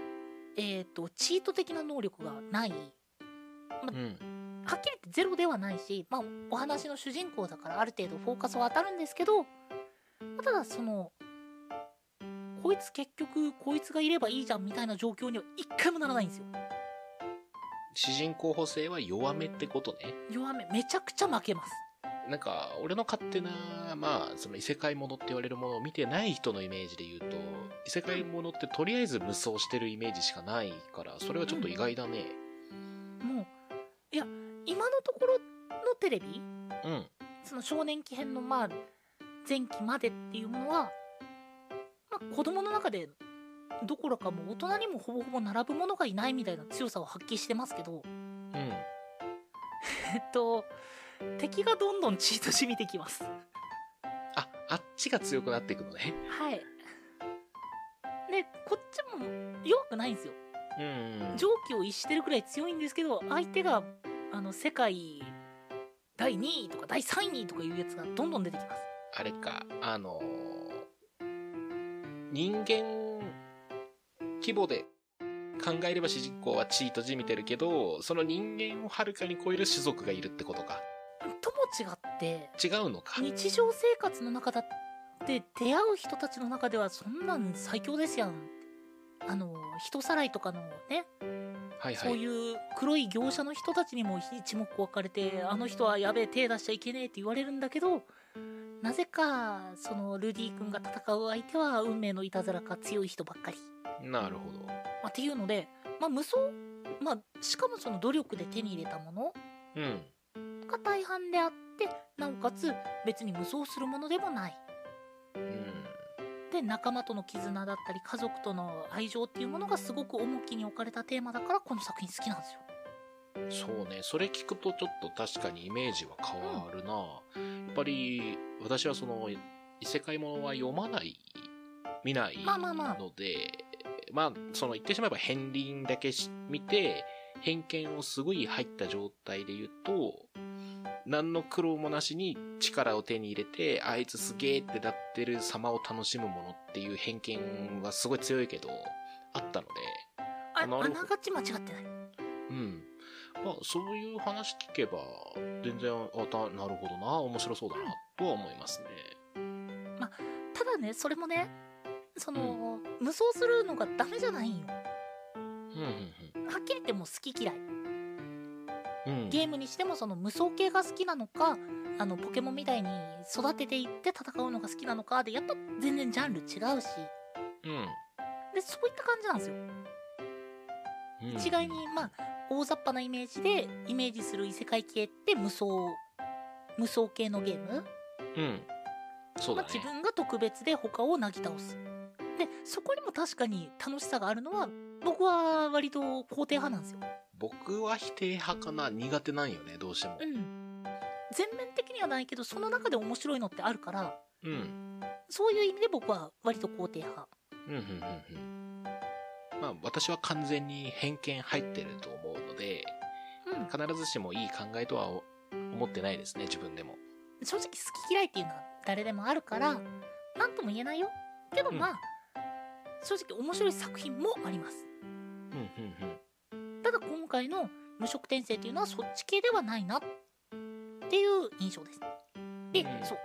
[SPEAKER 1] えー、とチート的な能力がない
[SPEAKER 2] うん。
[SPEAKER 1] はっきり言ってゼロではないし、まあ、お話の主人公だからある程度フォーカスは当たるんですけどまあただそのこいつ結局こいつがいればいいじゃんみたいな状況には一回もならないんですよ
[SPEAKER 2] 主人公補正は弱めってことね。
[SPEAKER 1] 弱めめちゃくちゃ負けます
[SPEAKER 2] なんか、俺の勝手な、まあ、その異世界ものって言われるものを見てない人のイメージで言うと、異世界ものってとりあえず無双してるイメージしかないから、それはちょっと意外だね。
[SPEAKER 1] もういや今のところのテレビ
[SPEAKER 2] うん。
[SPEAKER 1] その少年期編のまあ前期までっていうものは、まあ、子供の中でどころかもう大人にもほぼほぼ並ぶものがいないみたいな強さを発揮してますけど
[SPEAKER 2] うん。
[SPEAKER 1] えっと敵がどんどんチートしみてきます
[SPEAKER 2] あ、あっちが強くなっていくのね。
[SPEAKER 1] はいでこっちも弱くないんですよ
[SPEAKER 2] うん
[SPEAKER 1] 常軌を逸してるくらい強いんですけど相手があの世界第2位とか第3位とかいうやつがどんどん出てきます
[SPEAKER 2] あれか、あのー人間規模で考えれば主人公はチートじみてるけど、その人間をはるかに超える種族がいるってことか。
[SPEAKER 1] とも違って
[SPEAKER 2] 違うのか。
[SPEAKER 1] 日常生活の中だって出会う人たちの中ではそんなん最強ですやんあの人さらいとかのね、
[SPEAKER 2] はいは
[SPEAKER 1] そう
[SPEAKER 2] い。
[SPEAKER 1] いう黒い業者の人たちにも一目置かれてあの人はやべえ手出しちゃいけねえって言われるんだけどなぜかそのルディ君が戦う相手は運命のいたずらか強い人ばっかり、
[SPEAKER 2] なるほど。
[SPEAKER 1] まあっていうので、まあ、無双、まあ、しかもその努力で手に入れたもの
[SPEAKER 2] うん。
[SPEAKER 1] が大半であってなおかつ別に無双するものでもない
[SPEAKER 2] うん。
[SPEAKER 1] で仲間との絆だったり家族との愛情っていうものがすごく重きに置かれたテーマだからこの作品好きなんですよ。
[SPEAKER 2] そうね、それ聞くとちょっと確かにイメージは変わるな。やっぱり私はその異世界ものは読まない、見ない
[SPEAKER 1] まあまあまあ
[SPEAKER 2] ので、まあ、その言ってしまえば片鱗だけし見て、偏見をすごい入った状態で言うと、何の苦労もなしに力を手に入れて、あいつすげえってなってる様を楽しむものっていう偏見はすごい強いけど、あったので、
[SPEAKER 1] あ
[SPEAKER 2] なるほど
[SPEAKER 1] あながち間違ってない。
[SPEAKER 2] うん。まあ、そういう話聞けば、全然、あた、なるほどな、面白そうだな、とは思いますね。
[SPEAKER 1] ただねそれもねその、無双するのがダメじゃないんよ。は
[SPEAKER 2] うん、うん、
[SPEAKER 1] っきり言ってもう好き嫌い。
[SPEAKER 2] うん。うん。
[SPEAKER 1] ゲームにしてもその無双系が好きなのかあのポケモンみたいに育てていって戦うのが好きなのかでやっぱ全然ジャンル違うし
[SPEAKER 2] うん。
[SPEAKER 1] でそういった感じなんですよ。
[SPEAKER 2] うん
[SPEAKER 1] 一概にまあ大雑把なイメージでイメージする異世界系って無双無双系のゲーム、
[SPEAKER 2] うん。そう
[SPEAKER 1] ま
[SPEAKER 2] だ
[SPEAKER 1] あ、
[SPEAKER 2] ね
[SPEAKER 1] 自。分が特別で他をなぎ倒すでそこにも確かに楽しさがあるのは僕は割と肯定派なんですよ
[SPEAKER 2] 僕は否定派かな、苦手なんよね、どうしても
[SPEAKER 1] う。ん全面的にはないけどその中で面白いのってあるから
[SPEAKER 2] うん。
[SPEAKER 1] そういう意味で僕は割と肯定派
[SPEAKER 2] うん、うん、うん、うん。まあ、私は完全に偏見入ってると思うので、
[SPEAKER 1] うん
[SPEAKER 2] 必ずしもいい考えとは思ってないですね、自分でも。
[SPEAKER 1] 正直好き嫌いっていうのは誰でもあるから何とも言えないよけどまあ、正直面白い作品もあります
[SPEAKER 2] うん、うん、うん。
[SPEAKER 1] ただ今回の無色転生っていうのはそっち系ではないなっていう印象です。で、
[SPEAKER 2] うん
[SPEAKER 1] そう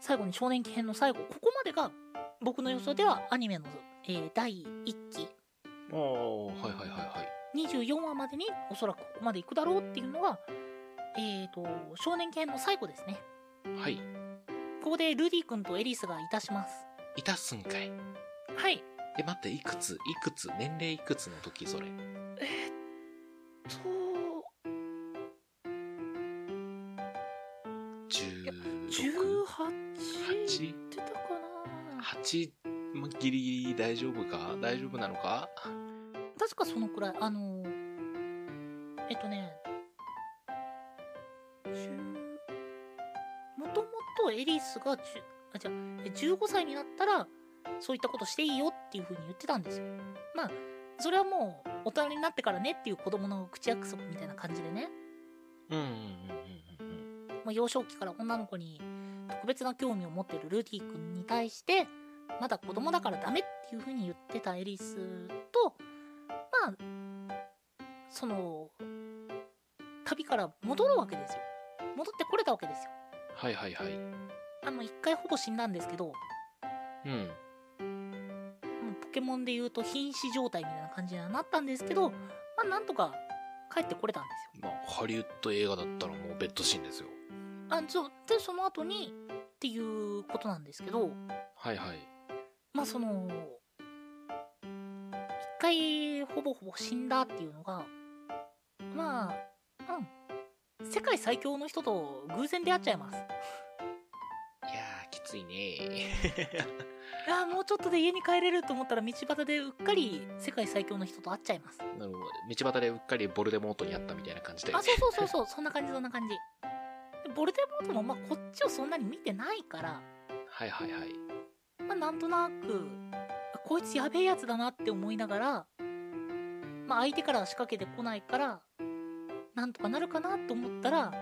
[SPEAKER 1] 最後に少年期編の最後ここまでが僕の予想ではアニメの、えー第1期
[SPEAKER 2] ああ、はいはいはいはい。
[SPEAKER 1] 24話までにおそらくここまでいくだろうっていうのが、えー、と少年期編の最後ですね。
[SPEAKER 2] はい。
[SPEAKER 1] ここでルディ君とエリスがいたします。
[SPEAKER 2] いたすんかい。
[SPEAKER 1] はい。
[SPEAKER 2] え、待って、いくついくつ年齢いくつの時それ。
[SPEAKER 1] と
[SPEAKER 2] 16?8?
[SPEAKER 1] 18ってたかな
[SPEAKER 2] ギリギリ大丈夫か大丈夫なのか
[SPEAKER 1] 確かそのくらいあのーえっとね10もともとエリスが10あじゃあで15歳になったらそういったことしていいよっていうふうに言ってたんですよまあそれはもう大人になってからねっていう子供の口約束みたいな感じでね
[SPEAKER 2] うんうんうんうんうん
[SPEAKER 1] もう幼少期から女の子に特別な興味を持ってるルーティ君に対してまだ子供だからダメっていう風に言ってたエリスとまあその旅から戻るわけですよ戻ってこれたわけですよ
[SPEAKER 2] はいはいはい
[SPEAKER 1] あの一回ほぼ死んだんですけども
[SPEAKER 2] うん
[SPEAKER 1] うポケモンで言うと瀕死状態みたいな感じにはなったんですけどまあなんとか帰ってこれたんですよ
[SPEAKER 2] まあハリウッド映画だったらもうベッドシーンですよ
[SPEAKER 1] あそうでその後にっていうことなんですけど
[SPEAKER 2] はいはい
[SPEAKER 1] まあその一回ほぼほぼ死んだっていうのがまあうん世界最強の人と偶然出会っちゃいます
[SPEAKER 2] いやーきついね
[SPEAKER 1] ああもうちょっとで家に帰れると思ったら道端でうっかり世界最強の人と会っちゃいます
[SPEAKER 2] なるほど道端でうっかりボルデモートに会ったみたいな感じで
[SPEAKER 1] あそうそうそうそうそんな感じそんな感じでボルテモートもまあこっちをそんなに見てないから
[SPEAKER 2] はいはいはい
[SPEAKER 1] まあ、なんとなくあこいつやべえやつだなって思いながら、まあ、相手からは仕掛けてこないからなんとかなるかなと思ったら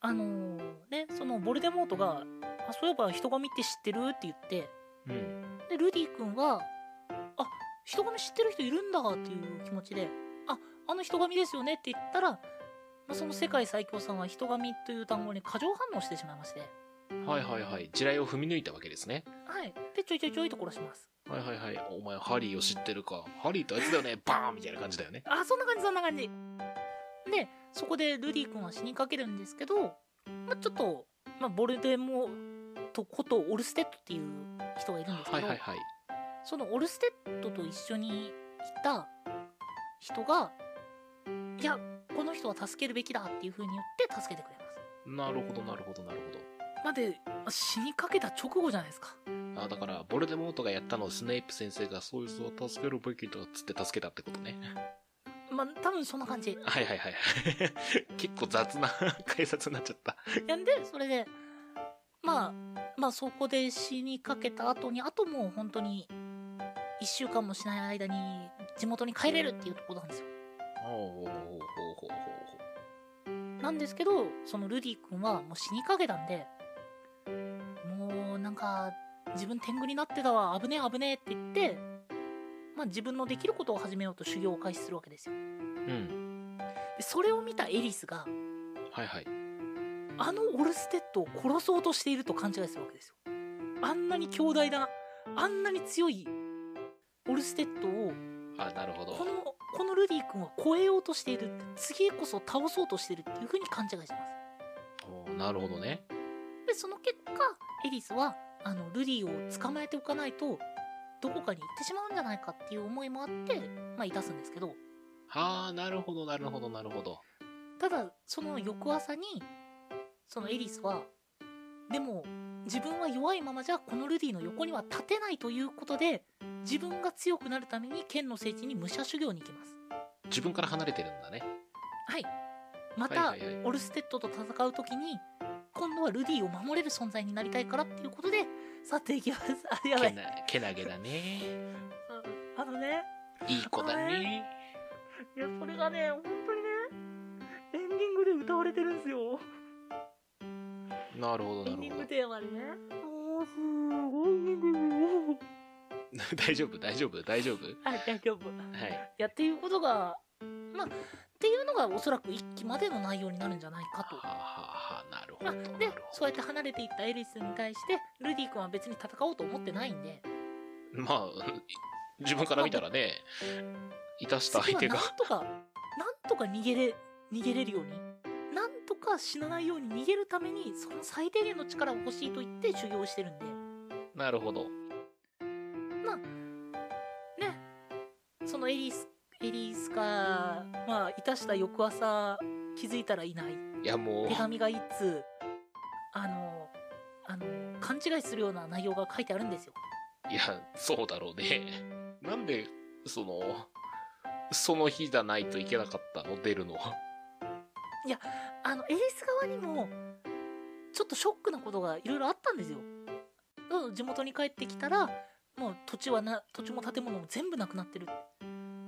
[SPEAKER 1] あのーねそのボルデモートが「あそういえば人神って知ってる?」って言って
[SPEAKER 2] うん
[SPEAKER 1] でルディ君は「あ人神知ってる人いるんだ」っていう気持ちで「ああの人神ですよね」って言ったら、まあ、その世界最強さんは人神という単語に過剰反応してしまいまして、
[SPEAKER 2] はいはいはい地雷を踏み抜いたわけですね
[SPEAKER 1] はい、でちょいちょいちょいと殺します。
[SPEAKER 2] はいはいはいお前ハリーを知ってるかハリーってあいつだよねバーンみたいな感じだよね
[SPEAKER 1] あそんな感じそんな感じでそこでルディ君は死にかけるんですけど、まあ、ちょっと、まあ、ボルデモとことオルステッドっていう人がいるんですけ
[SPEAKER 2] はい
[SPEAKER 1] ど、
[SPEAKER 2] はいはい
[SPEAKER 1] そのオルステッドと一緒にいた人がいやこの人は助けるべきだっていう風に言って助けてくれます
[SPEAKER 2] なるほどなるほどなるほど
[SPEAKER 1] まあで死にかけた直後じゃないですか
[SPEAKER 2] あだからボルデモートがやったのをスネイプ先生がそいつを助けるべきだっつって助けたってこ とね
[SPEAKER 1] まあ多分そんな感じ
[SPEAKER 2] はいはいはい 結構雑な解説になっちゃった
[SPEAKER 1] やんでそれでまあまあそこで死にかけた後にあともう本当に1週間もしない間に地元に帰れるっていうところなんですよ
[SPEAKER 2] おうおうおうおうおうおう
[SPEAKER 1] なんですけどそのルディ君はもう死にかけたんでもうなんか自分天狗になってたわ危ねえ危ねえって言ってまあ自分のできることを始めようと修行を開始するわけですよ
[SPEAKER 2] うん
[SPEAKER 1] でそれを見たエリスが
[SPEAKER 2] はいはい
[SPEAKER 1] あのオルステッドを殺そうとしていると勘違いするわけですよ。あんなに強大な、あんなに強いオルステッドを、
[SPEAKER 2] あなるほど
[SPEAKER 1] この、このルディ君は超えようとしているって、次こそ倒そうとしているっていう風に勘違いします。
[SPEAKER 2] おうなるほどね
[SPEAKER 1] で、その結果、エリスは、あの、ルディを捕まえておかないと、どこかに行ってしまうんじゃないかっていう思いもあって、まあ、いたすんですけど、
[SPEAKER 2] はあなるほどなるほどなるほど
[SPEAKER 1] ただその翌朝にそのエリスはでも自分は弱いままじゃこのルディの横には立てないということで自分が強くなるために剣の聖地に武者修行に行きます
[SPEAKER 2] 自分から離れてるんだね
[SPEAKER 1] はいまた、
[SPEAKER 2] はいはいはい
[SPEAKER 1] オルステッドと戦う時に今度はルディを守れる存在になりたいからっていうことで去っていきますあやば
[SPEAKER 2] け
[SPEAKER 1] い
[SPEAKER 2] なけなげだね
[SPEAKER 1] あのね
[SPEAKER 2] いい子だね
[SPEAKER 1] いやそれがね本当にねエンディングで歌われてるんですよ
[SPEAKER 2] なるほど
[SPEAKER 1] エ
[SPEAKER 2] な
[SPEAKER 1] ンディン
[SPEAKER 2] るほ
[SPEAKER 1] グ
[SPEAKER 2] ど
[SPEAKER 1] テーマでねもうすごいエンディング
[SPEAKER 2] 大丈夫大丈夫大丈夫
[SPEAKER 1] あ大丈夫
[SPEAKER 2] はい
[SPEAKER 1] やっていうことがまあっていうのがおそらく1期までの内容になるんじゃないか
[SPEAKER 2] はあ
[SPEAKER 1] と
[SPEAKER 2] は。あはあなるほ
[SPEAKER 1] ま
[SPEAKER 2] ど
[SPEAKER 1] あ
[SPEAKER 2] なるほ
[SPEAKER 1] で
[SPEAKER 2] ど
[SPEAKER 1] そうやって離れていったエリスに対してルディ君は別に戦おうと思ってないんで
[SPEAKER 2] まあ、 自分から見たらね、いたした
[SPEAKER 1] 次は
[SPEAKER 2] 相手
[SPEAKER 1] なん
[SPEAKER 2] が。
[SPEAKER 1] とかなんとか逃げれ逃げれるようになんとか死なないように逃げるためにその最低限の力を欲しいと言って修行してるんで
[SPEAKER 2] なるほど。
[SPEAKER 1] ねそのエリスエリスかまあいたした翌朝気づいたらいない
[SPEAKER 2] いや、もう
[SPEAKER 1] 手、紙が一通あのあの勘違いするような内容が書いてあるんですよ
[SPEAKER 2] いや、そうだろうね。 なんで、その、その日じゃないといけなかったの出るのは。
[SPEAKER 1] あのエリス側にもちょっとショックなことがいろいろあったんですよ。うん地元に帰ってきたらもう土地はな土地も建物も全部なくなってる。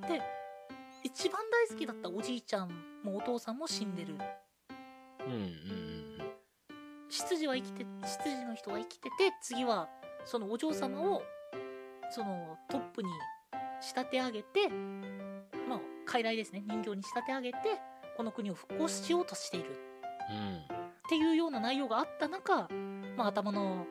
[SPEAKER 1] で一番大好きだったおじいちゃんもお父さんも死んでる。
[SPEAKER 2] うんうん
[SPEAKER 1] 執事は生きて執事の人は生きてて次はそのお嬢様をそのトップに仕立て上げてまあ傀儡ですね人形に仕立て上げてこの国を復興しようとしている
[SPEAKER 2] うん
[SPEAKER 1] っていうような内容があった中、まあ、頭の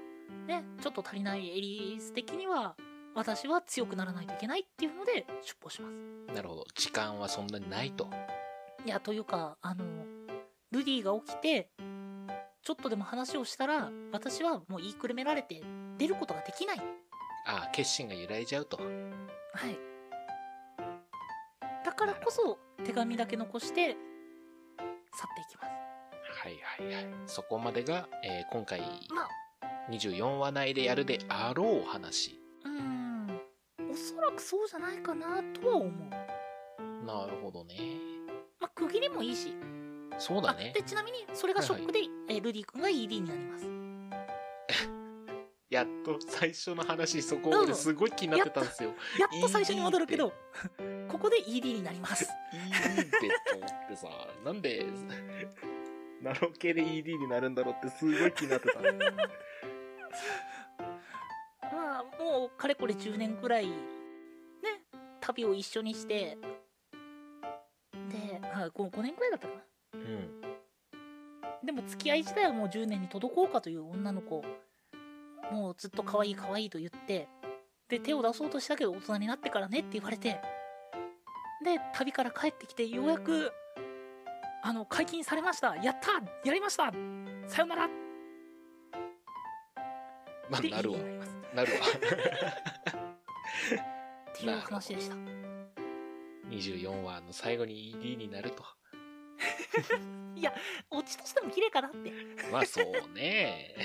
[SPEAKER 1] ねちょっと足りないエリース的には私は強くならないといけないっていうので出歩します。
[SPEAKER 2] うんなるほど時間はそんなにないと
[SPEAKER 1] いやというかあのルディが起きてちょっとでも話をしたら私はもう言いくるめられて出ることができない
[SPEAKER 2] ああ決心が揺らいじゃうと
[SPEAKER 1] はいだからこそ手紙だけ残して去っていきます
[SPEAKER 2] はいはいはいそこまでが、えー今回
[SPEAKER 1] まあ
[SPEAKER 2] 24話内でやるであろう話
[SPEAKER 1] うーんおそらくそうじゃないかなとは思う
[SPEAKER 2] なるほどね
[SPEAKER 1] まあ区切りもいいし、
[SPEAKER 2] そう
[SPEAKER 1] あ
[SPEAKER 2] だね
[SPEAKER 1] でちなみにそれがショックで、えールディ君が ED になります
[SPEAKER 2] やっと最初の話そこ
[SPEAKER 1] うん
[SPEAKER 2] 俺すごい気になってたんですよ
[SPEAKER 1] やっと最初に戻るけど ここで ED になります
[SPEAKER 2] いいってと思ってさなんでナロ系で ED になるんだ ろうってすごい気になってた
[SPEAKER 1] まあもうかれこれ10年くらいね旅を一緒にしてであこう5年くらいだったかな
[SPEAKER 2] うん
[SPEAKER 1] でも付き合い自体はもう10年に届こうかという女の子もうずっと可愛い可愛いと言ってで手を出そうとしたけど大人になってからねって言われてで旅から帰ってきてようやくあの解禁されましたやったやりましたさよならっ
[SPEAKER 2] まあ
[SPEAKER 1] て
[SPEAKER 2] なるわ
[SPEAKER 1] 意味になります
[SPEAKER 2] なるわ
[SPEAKER 1] っていう話でした
[SPEAKER 2] 24話の最後に ED になると
[SPEAKER 1] オチとしても綺麗かなって
[SPEAKER 2] まあそうね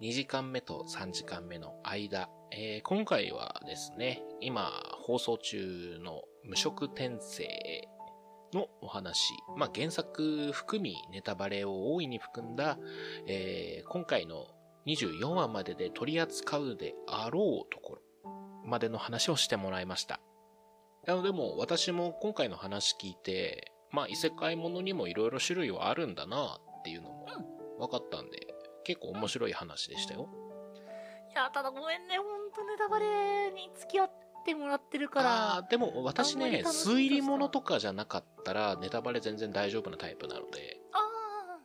[SPEAKER 2] 2時間目と3時間目の間、えー今回はですね今放送中の「無職転生」のお話、まあ、原作含みネタバレを大いに含んだ、えー今回の24話までで取り扱うであろうところまでの話をしてもらいましたなのでもう私も今回の話聞いてまあ異世界ものにもいろいろ種類はあるんだなっていうのも分かったんで結構面白い話でしたよ。
[SPEAKER 1] いや、ただごめんね、ほんとネタバレに付き合ってもらってるか
[SPEAKER 2] あ
[SPEAKER 1] ら。
[SPEAKER 2] ーでも私
[SPEAKER 1] あんま
[SPEAKER 2] ね
[SPEAKER 1] り、楽しみとしては
[SPEAKER 2] 推理物とかじゃなかったら、ネタバレ全然大丈夫なタイプなので、
[SPEAKER 1] あ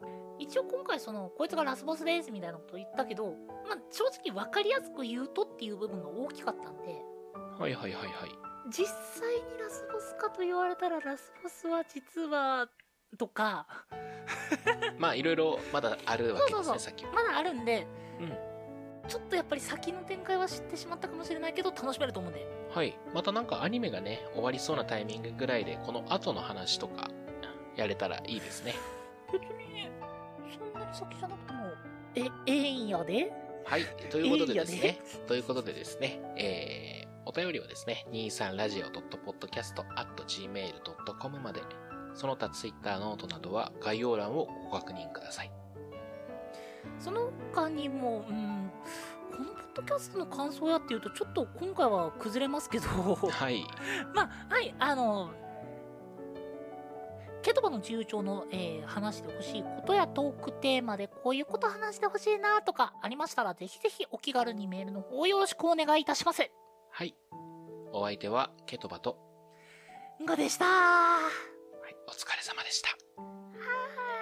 [SPEAKER 1] あー。一応今回その、こいつがラスボスですみたいなこと言ったけど、まあ正直分かりやすく言うとっていう部分が大きかったんで、
[SPEAKER 2] はいはいはいはい。
[SPEAKER 1] 実際にラスボスかと言われたらラスボスは実は、とか、
[SPEAKER 2] まあいろいろまだあるわけで
[SPEAKER 1] そ
[SPEAKER 2] す
[SPEAKER 1] うそうそう
[SPEAKER 2] ね、さっきも。
[SPEAKER 1] まだあるんで、
[SPEAKER 2] うん
[SPEAKER 1] ちょっとやっぱり先の展開は知ってしまったかもしれないけど、楽しめると思うんで。
[SPEAKER 2] はい。またなんかアニメがね、終わりそうなタイミングぐらいで、この後の話とか、やれたらいいですね。
[SPEAKER 1] 別に、そんなに先じゃなくても、え、ええんやで
[SPEAKER 2] はい。ということでです
[SPEAKER 1] いいよ
[SPEAKER 2] ね、ということでですね、えー、お便りはですね、23radio.podcast.gmail.com まで、その他ツイッターノートなどは概要欄をご確認ください。
[SPEAKER 1] その他にも、うん、このポッドキャストの感想やっていうと、ちょっと今回は崩れますけど、
[SPEAKER 2] はい。
[SPEAKER 1] まあ、はい、あの、ケトバの自由帳の、えー話してほしいことやトークテーマでこういうこと話してほしいなとかありましたら、ぜひぜひお気軽にメールの方よろしくお願いいたします。
[SPEAKER 2] はい。お相手はケトバと、
[SPEAKER 1] んがでしたあ
[SPEAKER 2] はい、お疲れ様でした。
[SPEAKER 1] ー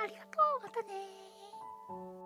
[SPEAKER 1] ありがとう、またねー